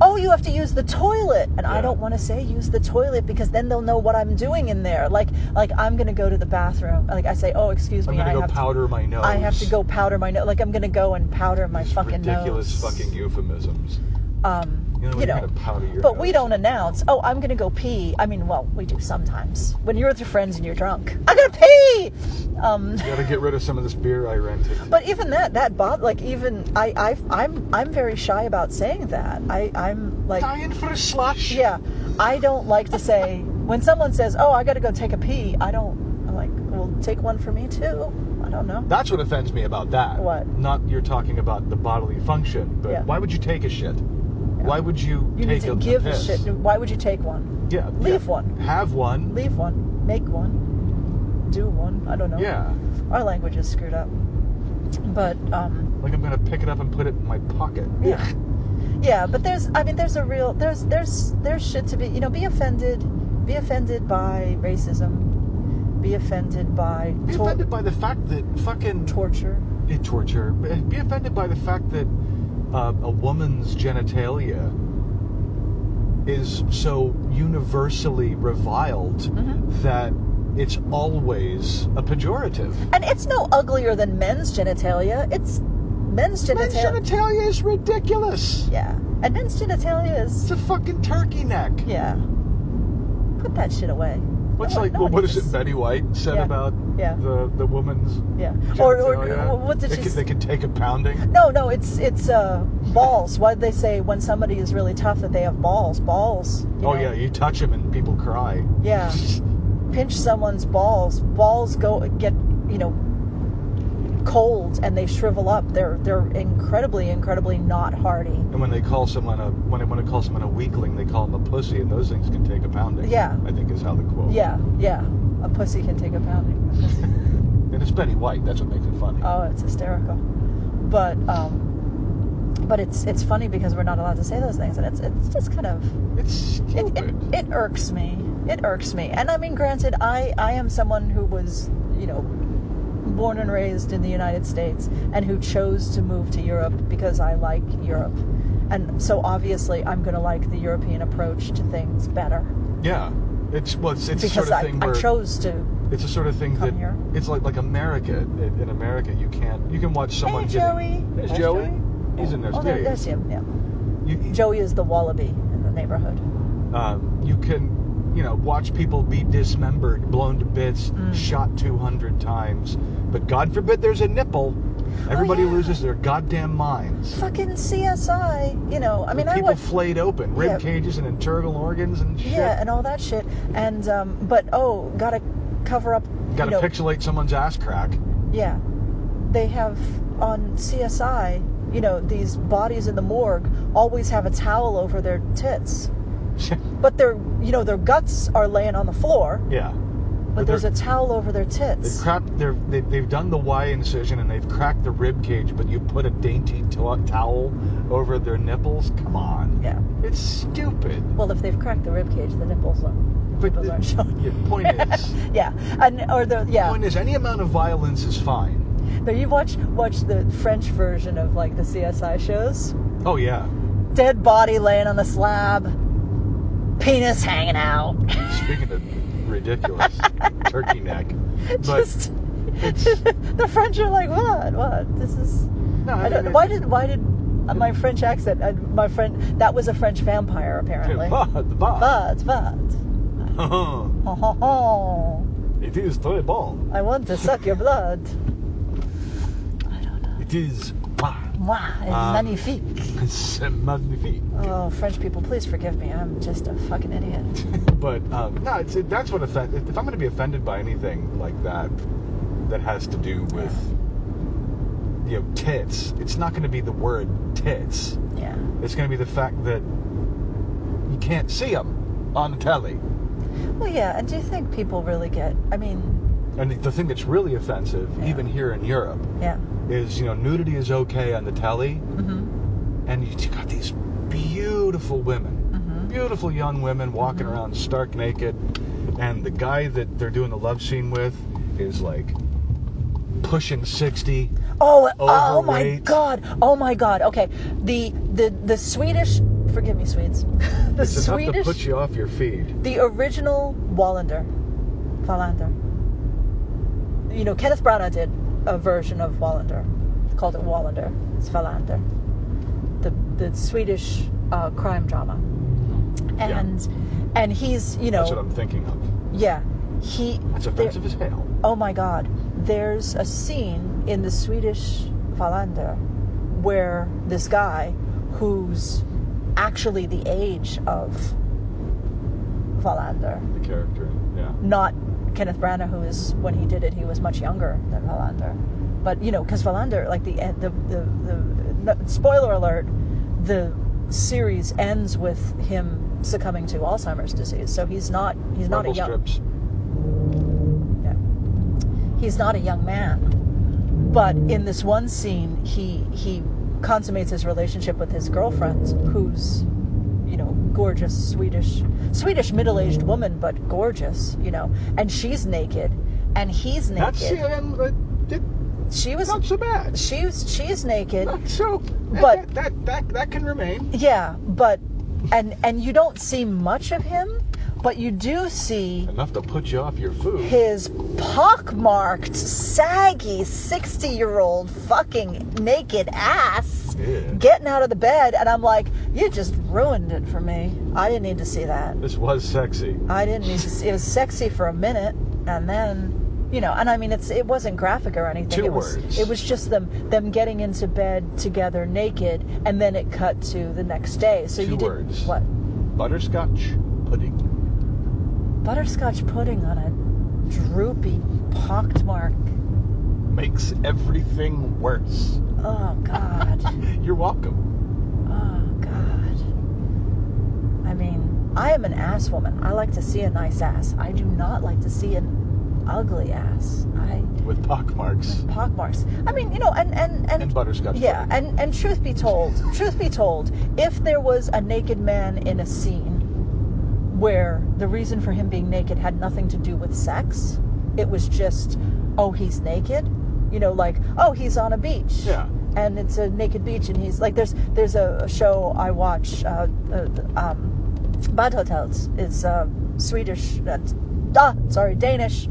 S1: Oh, you have to use the toilet, and I
S2: Yeah.
S1: don't want to say use the toilet because then they'll know what I'm doing in there. Like like I'm gonna go to the bathroom. Like I say, oh, excuse
S2: I'm
S1: me,
S2: gonna
S1: I
S2: go
S1: have to-
S2: powder my nose.
S1: I have to go powder my nose. Like I'm gonna go and powder my
S2: These
S1: fucking
S2: ridiculous
S1: nose.
S2: fucking euphemisms.
S1: um,
S2: You know,
S1: you
S2: you're
S1: know.
S2: gonna powder your
S1: But we
S2: nose.
S1: don't announce. Oh, I'm gonna go pee. I mean, well, we do sometimes when you're with your friends and you're drunk. I'm gonna pee. Um,
S2: You gotta get rid of some of this beer I rented.
S1: but even that, that bob, like even I, I, I'm, I'm very shy about saying that. I, I'm like,
S2: Dying for a slush.
S1: yeah, I don't like to say when someone says, "Oh, I gotta go take a pee." I don't. I'm like, well, take one for me too. I don't know.
S2: That's what offends me about that.
S1: What?
S2: Not you're talking about the bodily function, but
S1: Yeah.
S2: why would you take a shit? Why would you,
S1: You
S2: take
S1: need to
S2: a,
S1: give
S2: a,
S1: a,
S2: piss?
S1: shit. Why would you take one?
S2: Yeah.
S1: Leave
S2: yeah.
S1: one.
S2: Have one.
S1: Leave one. Make one. Do one. I don't know.
S2: Yeah.
S1: our language is screwed up. But um,
S2: Like I'm gonna pick it up and put it in my pocket.
S1: yeah, yeah. But there's, I mean, there's a real, there's, there's, there's shit to be, you know, be offended, be offended by racism, be offended by
S2: Be
S1: tor-
S2: offended by the fact that fucking
S1: torture.
S2: eh, torture. Be offended by the fact that uh, a woman's genitalia is so universally reviled
S1: Mhm.
S2: that it's always a pejorative.
S1: And it's no uglier than men's genitalia. It's men's
S2: Men's
S1: genitalia.
S2: genitalia is ridiculous.
S1: yeah, and men's genitalia
S2: It's
S1: is
S2: a fucking turkey neck.
S1: yeah. Put that shit away.
S2: What's
S1: No one-
S2: like,
S1: no
S2: well,
S1: one
S2: what
S1: needs
S2: is it
S1: this.
S2: Betty White said
S1: Yeah.
S2: about
S1: Yeah.
S2: the, the woman's
S1: Yeah.
S2: genitalia?
S1: Or, or, or what did
S2: they
S1: she?
S2: Can,
S1: s-
S2: they can take a pounding.
S1: No, no, it's it's uh, balls. Why do they say when somebody is really tough that they have balls? Balls. You
S2: oh,
S1: know,
S2: yeah, you touch him and people cry.
S1: Yeah. Pinch someone's balls. Balls go get you know cold and they shrivel up. They're they're incredibly incredibly not hardy.
S2: And when they call someone a when they want to call someone a weakling, they call them a pussy, and those things can take a pounding.
S1: Yeah.
S2: I think is how the quote.
S1: Yeah, yeah. A pussy can take a pounding. A pussy.
S2: And it's Betty White. That's what makes it funny.
S1: Oh, it's hysterical. But um, but it's it's funny because we're not allowed to say those things, and it's it's just kind of
S2: it's
S1: it,
S2: stupid.
S1: it, it irks me. It irks me. And I mean, granted, I, I am someone who was, you know, born and raised in the United States and who chose to move to Europe because I like Europe. And so obviously, I'm going to like the European approach to things better
S2: Yeah. It's well, it's, it's the
S1: because
S2: sort of
S1: I,
S2: thing
S1: I
S2: where
S1: chose to.
S2: it's the sort of thing
S1: come
S2: that
S1: here.
S2: it's like like America. In in America, you can't you can watch someone
S1: hey,
S2: getting.
S1: Joey.
S2: There's
S1: There's
S2: Joey. He's in there.
S1: Oh,
S2: Yeah,
S1: there,
S2: he
S1: there's
S2: is.
S1: him. Yeah.
S2: You,
S1: Joey is the wallaby in the neighborhood.
S2: um, you can you know watch people be dismembered, blown to bits,
S1: Mm.
S2: shot 200 times, but God forbid there's a nipple. Everybody
S1: Oh, yeah.
S2: loses their goddamn minds.
S1: Fucking CSI. You know, I mean, I
S2: people
S1: watch.
S2: flayed open, rib
S1: Yeah.
S2: cages and internal organs and shit.
S1: Yeah, and all that shit. And um, but oh, gotta cover up.
S2: Got
S1: you
S2: to
S1: know,
S2: pixelate someone's ass crack.
S1: Yeah, they have on CSI. You know, these bodies in the morgue always have a towel over their tits, but their you know their guts are laying on the floor,
S2: yeah.
S1: but,
S2: But
S1: there's
S2: they're-
S1: a towel over their
S2: They've
S1: tits.
S2: cracked. They're, they, they've done the Y incision and they've cracked the rib cage, but you put a dainty to- towel over their nipples. Come on,
S1: yeah.
S2: it's stupid.
S1: Well, if they've cracked the rib cage, the nipples are
S2: But
S1: nipples
S2: the-
S1: aren't showing.
S2: Your point is,
S1: Yeah, and or the yeah.
S2: point is, any amount of violence is fine.
S1: But you watch watch the French version of like the CSI shows.
S2: Oh yeah.
S1: Dead body laying on the slab, penis hanging out.
S2: Speaking of ridiculous, turkey neck. But
S1: Just
S2: it's
S1: the French are like, what, what? This is.
S2: no.
S1: I don't.
S2: mean,
S1: Why
S2: it-
S1: did why did uh, my French accent? Uh, my friend that was a French vampire apparently.
S2: But, but.
S1: But but. Oh,
S2: It is très bon.
S1: I want to suck your blood. I don't know.
S2: It is mwah.
S1: Moi,
S2: Um,
S1: magnifique.
S2: C'est magnifique.
S1: Oh, French people, please forgive me. I'm just a fucking idiot.
S2: But um, no, it's, it, that's what offend. If I'm going to be offended by anything like that, that has to do with you know tits, it's not going to be the word tits.
S1: Yeah.
S2: It's going to be the fact that you can't see them on the telly.
S1: Well, yeah, and do you think people really get? I mean,
S2: And the thing that's really offensive,
S1: Yeah.
S2: even here in Europe,
S1: yeah.
S2: is you know nudity is okay on the telly,
S1: Mm-hmm.
S2: and you got these beautiful women,
S1: Mhm.
S2: beautiful young women walking
S1: Mm-hmm.
S2: around stark naked, and the guy that they're doing the love scene with is like pushing sixty.
S1: Oh, oh my
S2: Overweight.
S1: god. Oh my god. Okay. The the the Swedish. Forgive me, Swedes. The
S2: it's enough to
S1: Swedish.
S2: put you off your feed.
S1: The original Wallander. Wallander. You know, Kenneth Branagh did a version of Wallander. Called it Wallander. It's Wallander. The, the Swedish uh, crime drama.
S2: Yeah.
S1: And and he's, you
S2: That's what
S1: know,
S2: I'm thinking of.
S1: yeah. He
S2: That's
S1: there-
S2: offensive as hell.
S1: Oh my god. There's a scene in the Swedish Wallander where this guy who's actually the age of Wallander
S2: The character, yeah.
S1: not Kenneth Branagh, who is when he did it, he was much younger than Valander. But you know, because Valander, like the eh, the the, the no, spoiler alert, the series ends with him succumbing to Alzheimer's disease. So he's not he's not a
S2: Bubble
S1: young
S2: strips.
S1: yeah. he's not a young man. But in this one scene, he he consummates his relationship with his girlfriend, who's you know gorgeous Swedish Swedish middle aged woman, but gorgeous, you know, and she's naked, and he's
S2: That's see,
S1: naked.
S2: and, uh, it-
S1: She was
S2: not so bad.
S1: she's she's naked.
S2: Not so.
S1: But-
S2: that that, that that can remain.
S1: Yeah, but and and you don't see much of him, but you do see
S2: Enough to put you off your food.
S1: his pockmarked, saggy, 60 year old fucking naked ass
S2: Yeah.
S1: getting out of the bed. And I'm like, you just ruined it for me. I didn't need to see that.
S2: This was sexy.
S1: I didn't need to see it. was sexy for a minute and then. You know, and I mean, it's it wasn't graphic or anything.
S2: Two
S1: it was
S2: words.
S1: it was just them them getting into bed together naked, and then it cut to the next day. So
S2: Two
S1: you did
S2: words.
S1: what
S2: Butterscotch pudding.
S1: butterscotch pudding on a droopy, pockmarked
S2: Makes everything worse.
S1: Oh God.
S2: You're welcome.
S1: Oh God. I mean, I am an ass woman. I like to see a nice ass. I do not like to see an ugly ass. I
S2: With pockmarks.
S1: pockmarks. I mean, you know, and and and,
S2: And butterscotch
S1: Yeah,
S2: pudding.
S1: and and truth be told, truth be told, if there was a naked man in a scene where the reason for him being naked had nothing to do with sex, it was just, oh, he's naked. You know, like, oh, he's on a beach.
S2: Yeah.
S1: And it's a naked beach, and he's like, there's there's a, a show I watch, uh, uh, um, Bad Hotels. It's a Swedish, uh, ah, sorry, Danish,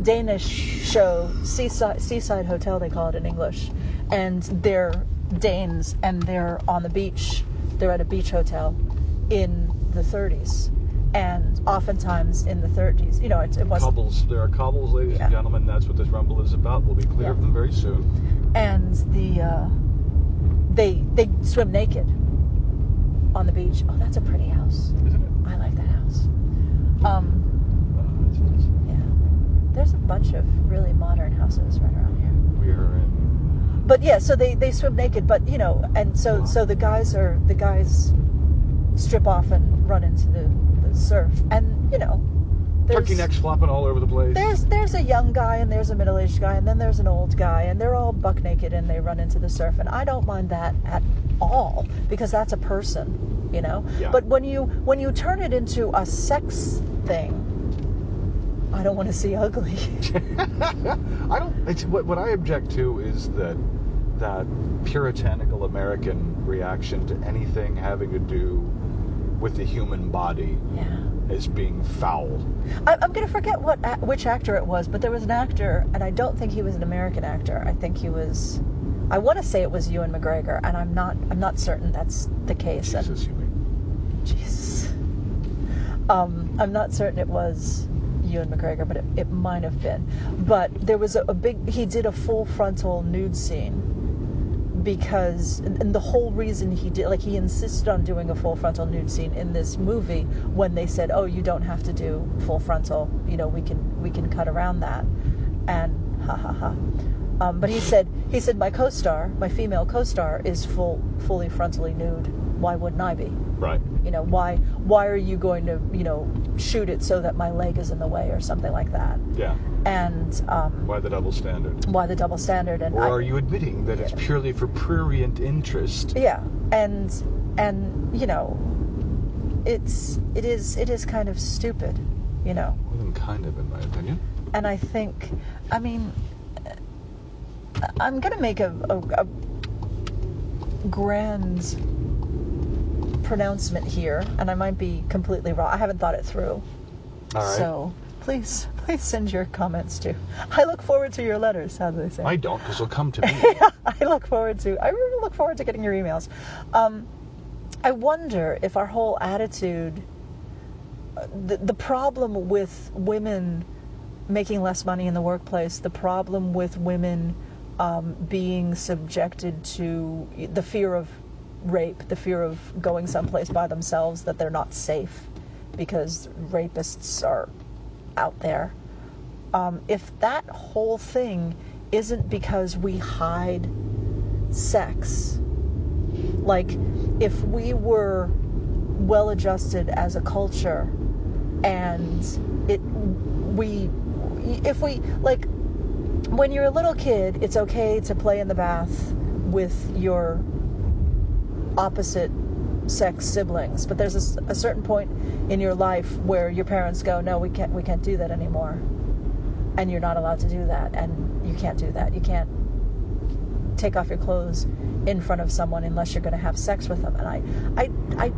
S1: Danish show, seaside, seaside hotel they call it in English, and they're Danes and they're on the beach. They're at a beach hotel in the 30s, and oftentimes in the 30s, you know, it, it wasn't
S2: Cobbles. There are cobbles, ladies
S1: Yeah.
S2: and gentlemen. That's what this rumble is about. We'll be clear of
S1: Yeah.
S2: them very soon.
S1: and the uh, they they swim naked on the beach. Oh, that's a pretty house.
S2: Isn't it?
S1: I like that house. Um,
S2: Uh, it's, it's,
S1: yeah, there's a bunch of really modern houses right around here.
S2: we are in.
S1: but yeah so they they swim naked but you know and so
S2: Wow.
S1: so the guys are the guys strip off and run into the, the surf and you know there's
S2: Turkey necks flopping all over the place.
S1: there's there's a young guy and there's a middle-aged guy and then there's an old guy and they're all buck naked and they run into the surf and I don't mind that at all because that's a person, you know.
S2: Yeah.
S1: But when you when you turn it into a sex thing, I don't want to see ugly.
S2: I don't. It's, what, what I object to is that that puritanical American reaction to anything having to do with the human body
S1: yeah.
S2: as being foul.
S1: I, I'm gonna forget what a- which actor it was, but there was an actor, and I don't think he was an American actor. I think he was. I want to say it was Ewan McGregor, and I'm not. I'm not certain that's the case. And-
S2: Jesus, you mean?
S1: Jesus. Um, I'm not certain it was Ewan McGregor, but it, it might have been. But there was a, a big, he did a full frontal nude scene because, and and the whole reason he did, like, he insisted on doing a full frontal nude scene in this movie when they said, oh, you don't have to do full frontal, you know, we can, we can cut around that. And ha ha ha. Um, but he said, he said, my co-star, my female co-star is full, fully frontally nude. Why wouldn't I be?
S2: Right.
S1: you know why why are you going to you know shoot it so that my leg is in the way or something like that
S2: Yeah.
S1: and um,
S2: Why the double standard?
S1: why the double standard and
S2: Or
S1: I-
S2: are you admitting that it's purely for prurient interest?
S1: yeah and and you know it's it is it is kind of stupid you know
S2: More than kind of, in my opinion.
S1: and I think, I mean, uh, I'm going to make a, a, a grand pronouncement here, and I might be completely wrong. I haven't thought it through.
S2: All right.
S1: So please, please send your comments too. I look forward to your letters. How do they say?
S2: I don't, because it'll come to me.
S1: I look forward to. I really look forward to getting your emails. Um, I wonder if our whole attitude, uh, the, the problem with women making less money in the workplace, the problem with women um, being subjected to the fear of rape, the fear of going someplace by themselves that they're not safe because rapists are out there. Um, if that whole thing isn't because we hide sex. Like, if we were well adjusted as a culture and it, we, if we, like, when you're a little kid, it's okay to play in the bath with your opposite sex siblings, but there's a s- a, certain point in your life where your parents go, "No, we can't, we can't do that anymore," and you're not allowed to do that, and you can't do that. You can't take off your clothes in front of someone unless you're going to have sex with them. And I, I, I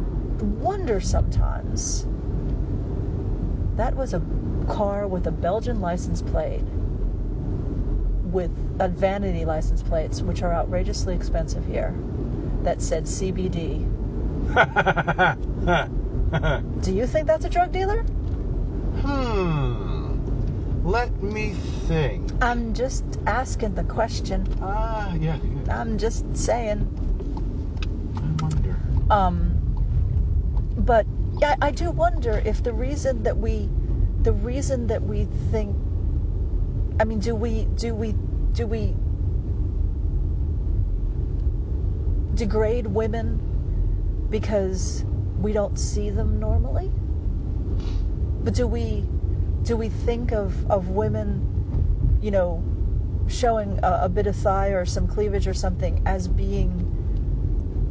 S1: wonder sometimes. That was a car with a Belgian license plate, with uh, vanity license plates, which are outrageously expensive here, that said CBD. Do you think that's a drug dealer?
S2: hmm. Let me think.
S1: I'm just asking the question.
S2: Ah, yeah, yeah.
S1: I'm just saying.
S2: I wonder.
S1: Um, but yeah, I do wonder if the reason that we, the reason that we think, I mean, do we, do we, do we degrade women because we don't see them normally? But do we do we think of, of women, you know, showing a, a bit of thigh or some cleavage or something as being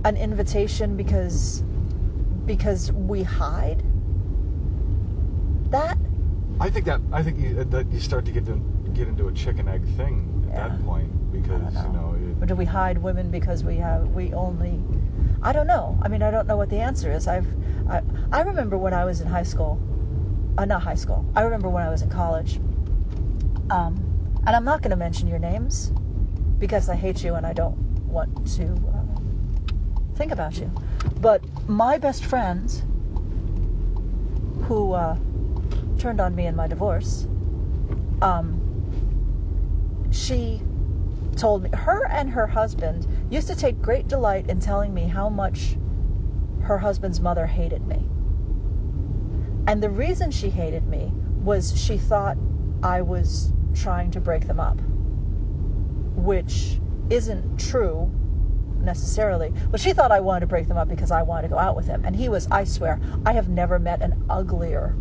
S1: an invitation because because we hide that?
S2: I think that I think you, that you start to get to, get into a chicken egg thing at
S1: Yeah.
S2: that point because
S1: I
S2: you
S1: don't know.
S2: know it,
S1: Or do we hide women because we have we only? I don't know. I mean, I don't know what the answer is. I've I, I remember when I was in high school, uh, not high school. I remember when I was in college. Um, and I'm not going to mention your names because I hate you and I don't want to uh, think about you. But my best friend, who uh, turned on me in my divorce, um, she told me her and her husband used to take great delight in telling me how much her husband's mother hated me. And the reason she hated me was she thought I was trying to break them up, which isn't true necessarily. But she thought I wanted to break them up because I wanted to go out with him. And he was, I swear, I have never met an uglier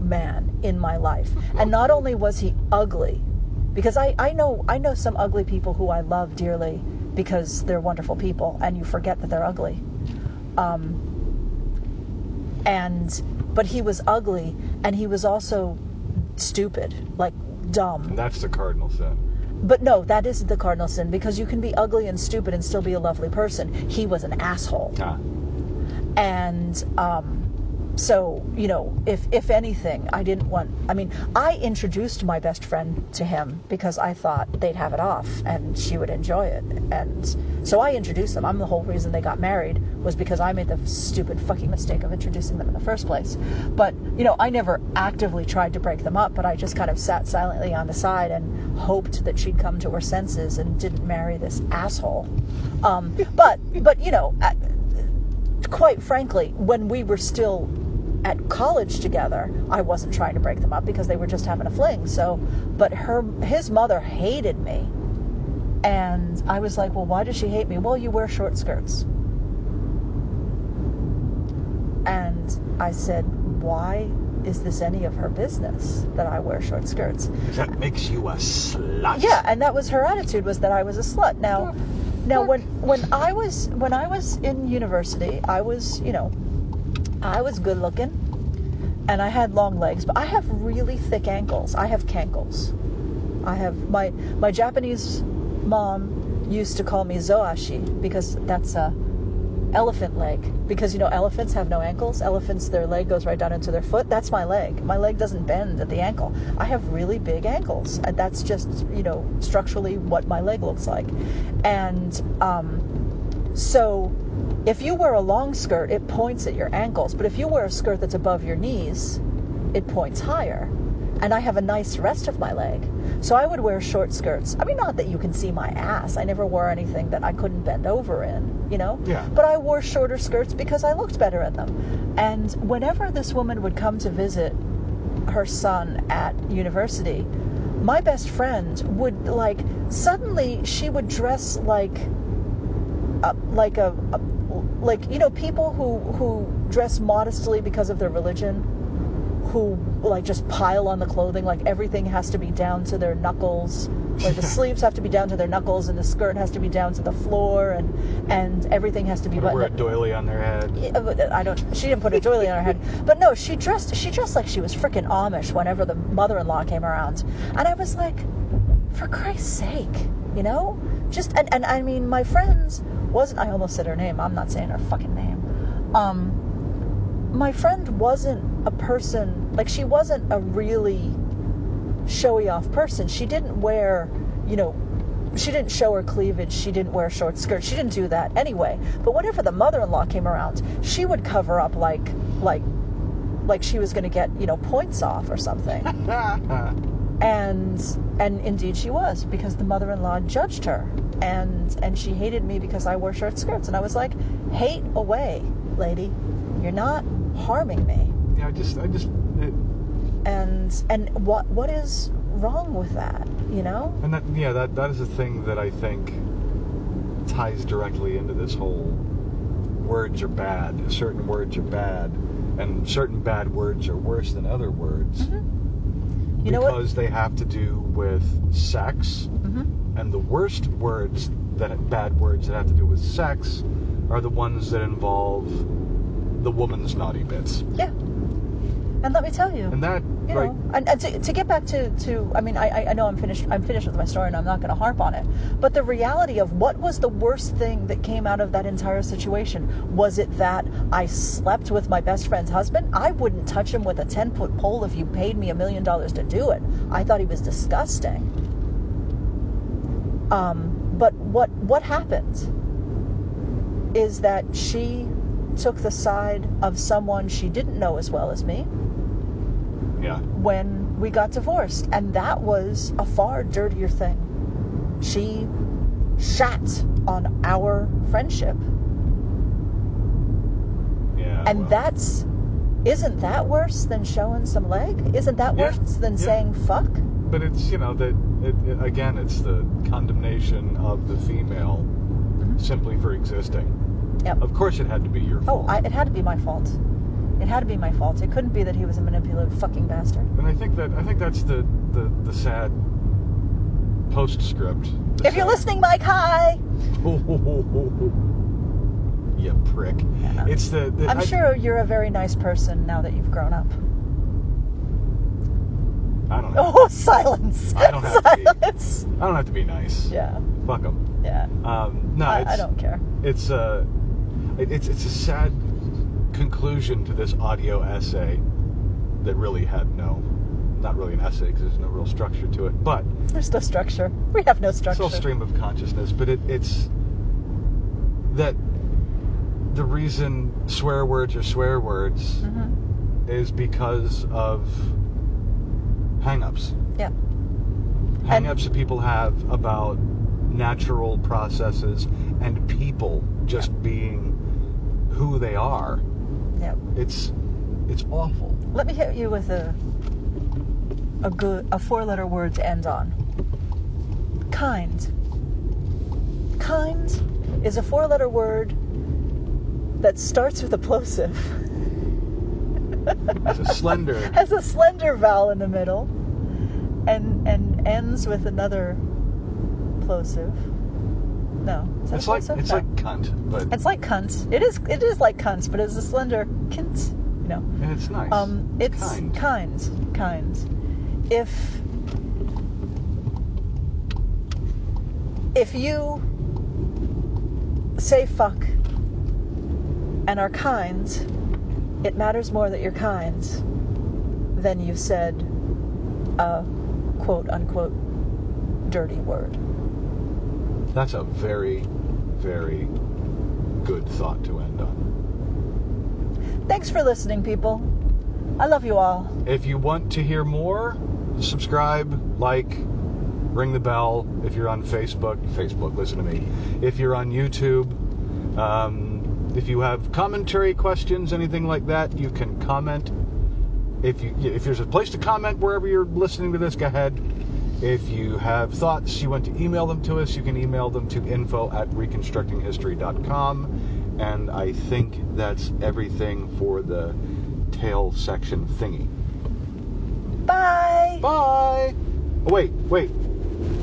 S1: man in my life. And not only was he ugly, because I, I know I know some ugly people who I love dearly because they're wonderful people and you forget that they're ugly. Um, and but he was ugly and he was also stupid, like dumb.
S2: and that's the cardinal sin.
S1: But no, that isn't the cardinal sin because you can be ugly and stupid and still be a lovely person. He was an asshole.
S2: Ah,
S1: and um, so you know if if anything i didn't want i mean i introduced my best friend to him because i thought they'd have it off and she would enjoy it and so i introduced them i'm the whole reason they got married was because i made the stupid fucking mistake of introducing them in the first place but you know i never actively tried to break them up but i just kind of sat silently on the side and hoped that she'd come to her senses and didn't marry this asshole um, but but you know at, quite frankly, when we were still at college together, I wasn't trying to break them up because they were just having a fling. So, but her his mother hated me. And I was like, "Well, why does she hate me?" "Well, you wear short skirts." And I said, "Why is this any of her business that I wear short skirts?"
S2: Because that makes you a slut.
S1: Yeah, and that was her attitude was that I was a slut. Now, now when when I was when I was in university, I was you know, I was good looking, and I had long legs, but I have really thick ankles. I have cankles. I have my my Japanese mom used to call me zoashi because that's a elephant leg because you know elephants have no ankles elephants their leg goes right down into their foot that's my leg my leg doesn't bend at the ankle i have really big ankles and that's just you know structurally what my leg looks like and um, so if you wear a long skirt it points at your ankles but if you wear a skirt that's above your knees it points higher and I have a nice rest of my leg. So I would wear short skirts. I mean, not that you can see my ass. I never wore anything that I couldn't bend over in, you know?
S2: Yeah.
S1: But I wore shorter skirts because I looked better in them. And whenever this woman would come to visit her son at university, my best friend would like suddenly she would dress like a, like a, a like you know people who who dress modestly because of their religion who like just pile on the clothing like everything has to be down to their knuckles like the sleeves have to be down to their knuckles and the skirt has to be down to the floor and and everything has to be
S2: Wear
S1: buttoned
S2: a
S1: up.
S2: doily on their head.
S1: Yeah, but I don't. She didn't put a doily on her head, but no, she dressed. She dressed like she was freaking Amish. Whenever the mother-in-law came around, and I was like, for Christ's sake, you know, just and and I mean, my friends wasn't. I almost said her name. I'm not saying her fucking name. Um, my friend wasn't a person like she wasn't a really showy off person. She didn't wear, you know, she didn't show her cleavage. She didn't wear short skirts. She didn't do that anyway. But whenever the mother-in-law came around, she would cover up like like like she was going to get you know points off or something. and and indeed she was because the mother-in-law judged her and and she hated me because I wore short skirts. And I was like, hate away, lady. You're not harming me
S2: yeah, I just, I just, it,
S1: and and what what is wrong with that you know
S2: and that, yeah, that, that is the thing that I think ties directly into this whole words are bad. Certain words are bad, and certain bad words are worse than other words
S1: Mm-hmm. you know what
S2: Mm-hmm. because they have to do with sex.
S1: hmm
S2: and the worst words that bad words that have to do with sex are the ones that involve the woman's naughty bits.
S1: yeah and let me tell you
S2: And that
S1: you
S2: right
S1: know and, and to, to get back to to i mean I, I i know i'm finished i'm finished with my story and i'm not going to harp on it but the reality of what was the worst thing that came out of that entire situation was it that i slept with my best friend's husband i wouldn't touch him with a 10 foot pole if you paid me a million dollars to do it i thought he was disgusting um, but what what happened is that she took the side of someone she didn't know as well as me
S2: yeah.
S1: when we got divorced, and that was a far dirtier thing. She shat on our friendship,
S2: Oh, Yeah.
S1: and
S2: well,
S1: that's isn't that worse than showing some leg? Isn't that
S2: Yeah,
S1: worse than
S2: yeah.
S1: saying fuck?
S2: but it's you know that it, it, again it's the condemnation of the female simply for existing.
S1: Mm-hmm. Yep.
S2: Of course it had to be your
S1: Oh,
S2: fault.
S1: I, it had to be my fault. It had to be my fault. It couldn't be that he was a manipulative fucking bastard.
S2: and I think that I think that's the the, the sad postscript. the
S1: If you're
S2: sad-
S1: listening, Mike, hi.
S2: you prick.
S1: Yeah.
S2: It's the, the
S1: I'm
S2: I-
S1: sure you're a very nice person now that you've grown up.
S2: I don't know.
S1: Oh, silence.
S2: I don't have to be.
S1: silence.
S2: I don't have to be nice.
S1: Oh. Yeah,
S2: Fuck them.
S1: yeah.
S2: Um, no,
S1: I,
S2: it's,
S1: I don't care.
S2: It's uh, it, it's it's a sad conclusion to this audio essay that really had no, not really an essay because there's no real structure to it, but
S1: There's no structure. We have no
S2: it's
S1: structure.
S2: all stream of consciousness. But it, it's that the reason swear words are swear words
S1: hmm
S2: is because of hangups.
S1: Yeah. And-
S2: Hangups that people have about natural processes and people just being who they are.
S1: Yeah.
S2: It's it's awful.
S1: Let me hit you with a a good a four letter word to end on. Kind. Kind is a four letter word that starts with a plosive.
S2: It's a slender
S1: Has a slender vowel in the middle and and ends with another plosive. No. Is that
S2: it's
S1: a
S2: like
S1: plosive?
S2: it's
S1: No.
S2: like cunt, but
S1: it's like cunt. It is it is like cunt, but it's a slender kint, you know.
S2: and it's nice.
S1: Um, it's kind.
S2: kind.
S1: kind, If if you say fuck and are kind, it matters more that you're kind than you said a quote unquote dirty word.
S2: That's a very, very good thought to end on.
S1: Thanks for listening, people. I love you all.
S2: If you want to hear more, subscribe, like, ring the bell. If you're on Facebook, Facebook, listen to me. If you're on YouTube, um, if you have commentary questions, anything like that, you can comment. If you if there's a place to comment wherever you're listening to this, go ahead. If you have thoughts, you want to email them to us, you can email them to info at reconstructinghistory.com. And I think that's everything for the tail section thingy.
S1: Bye.
S2: Bye. Oh, wait, wait.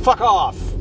S2: Fuck off.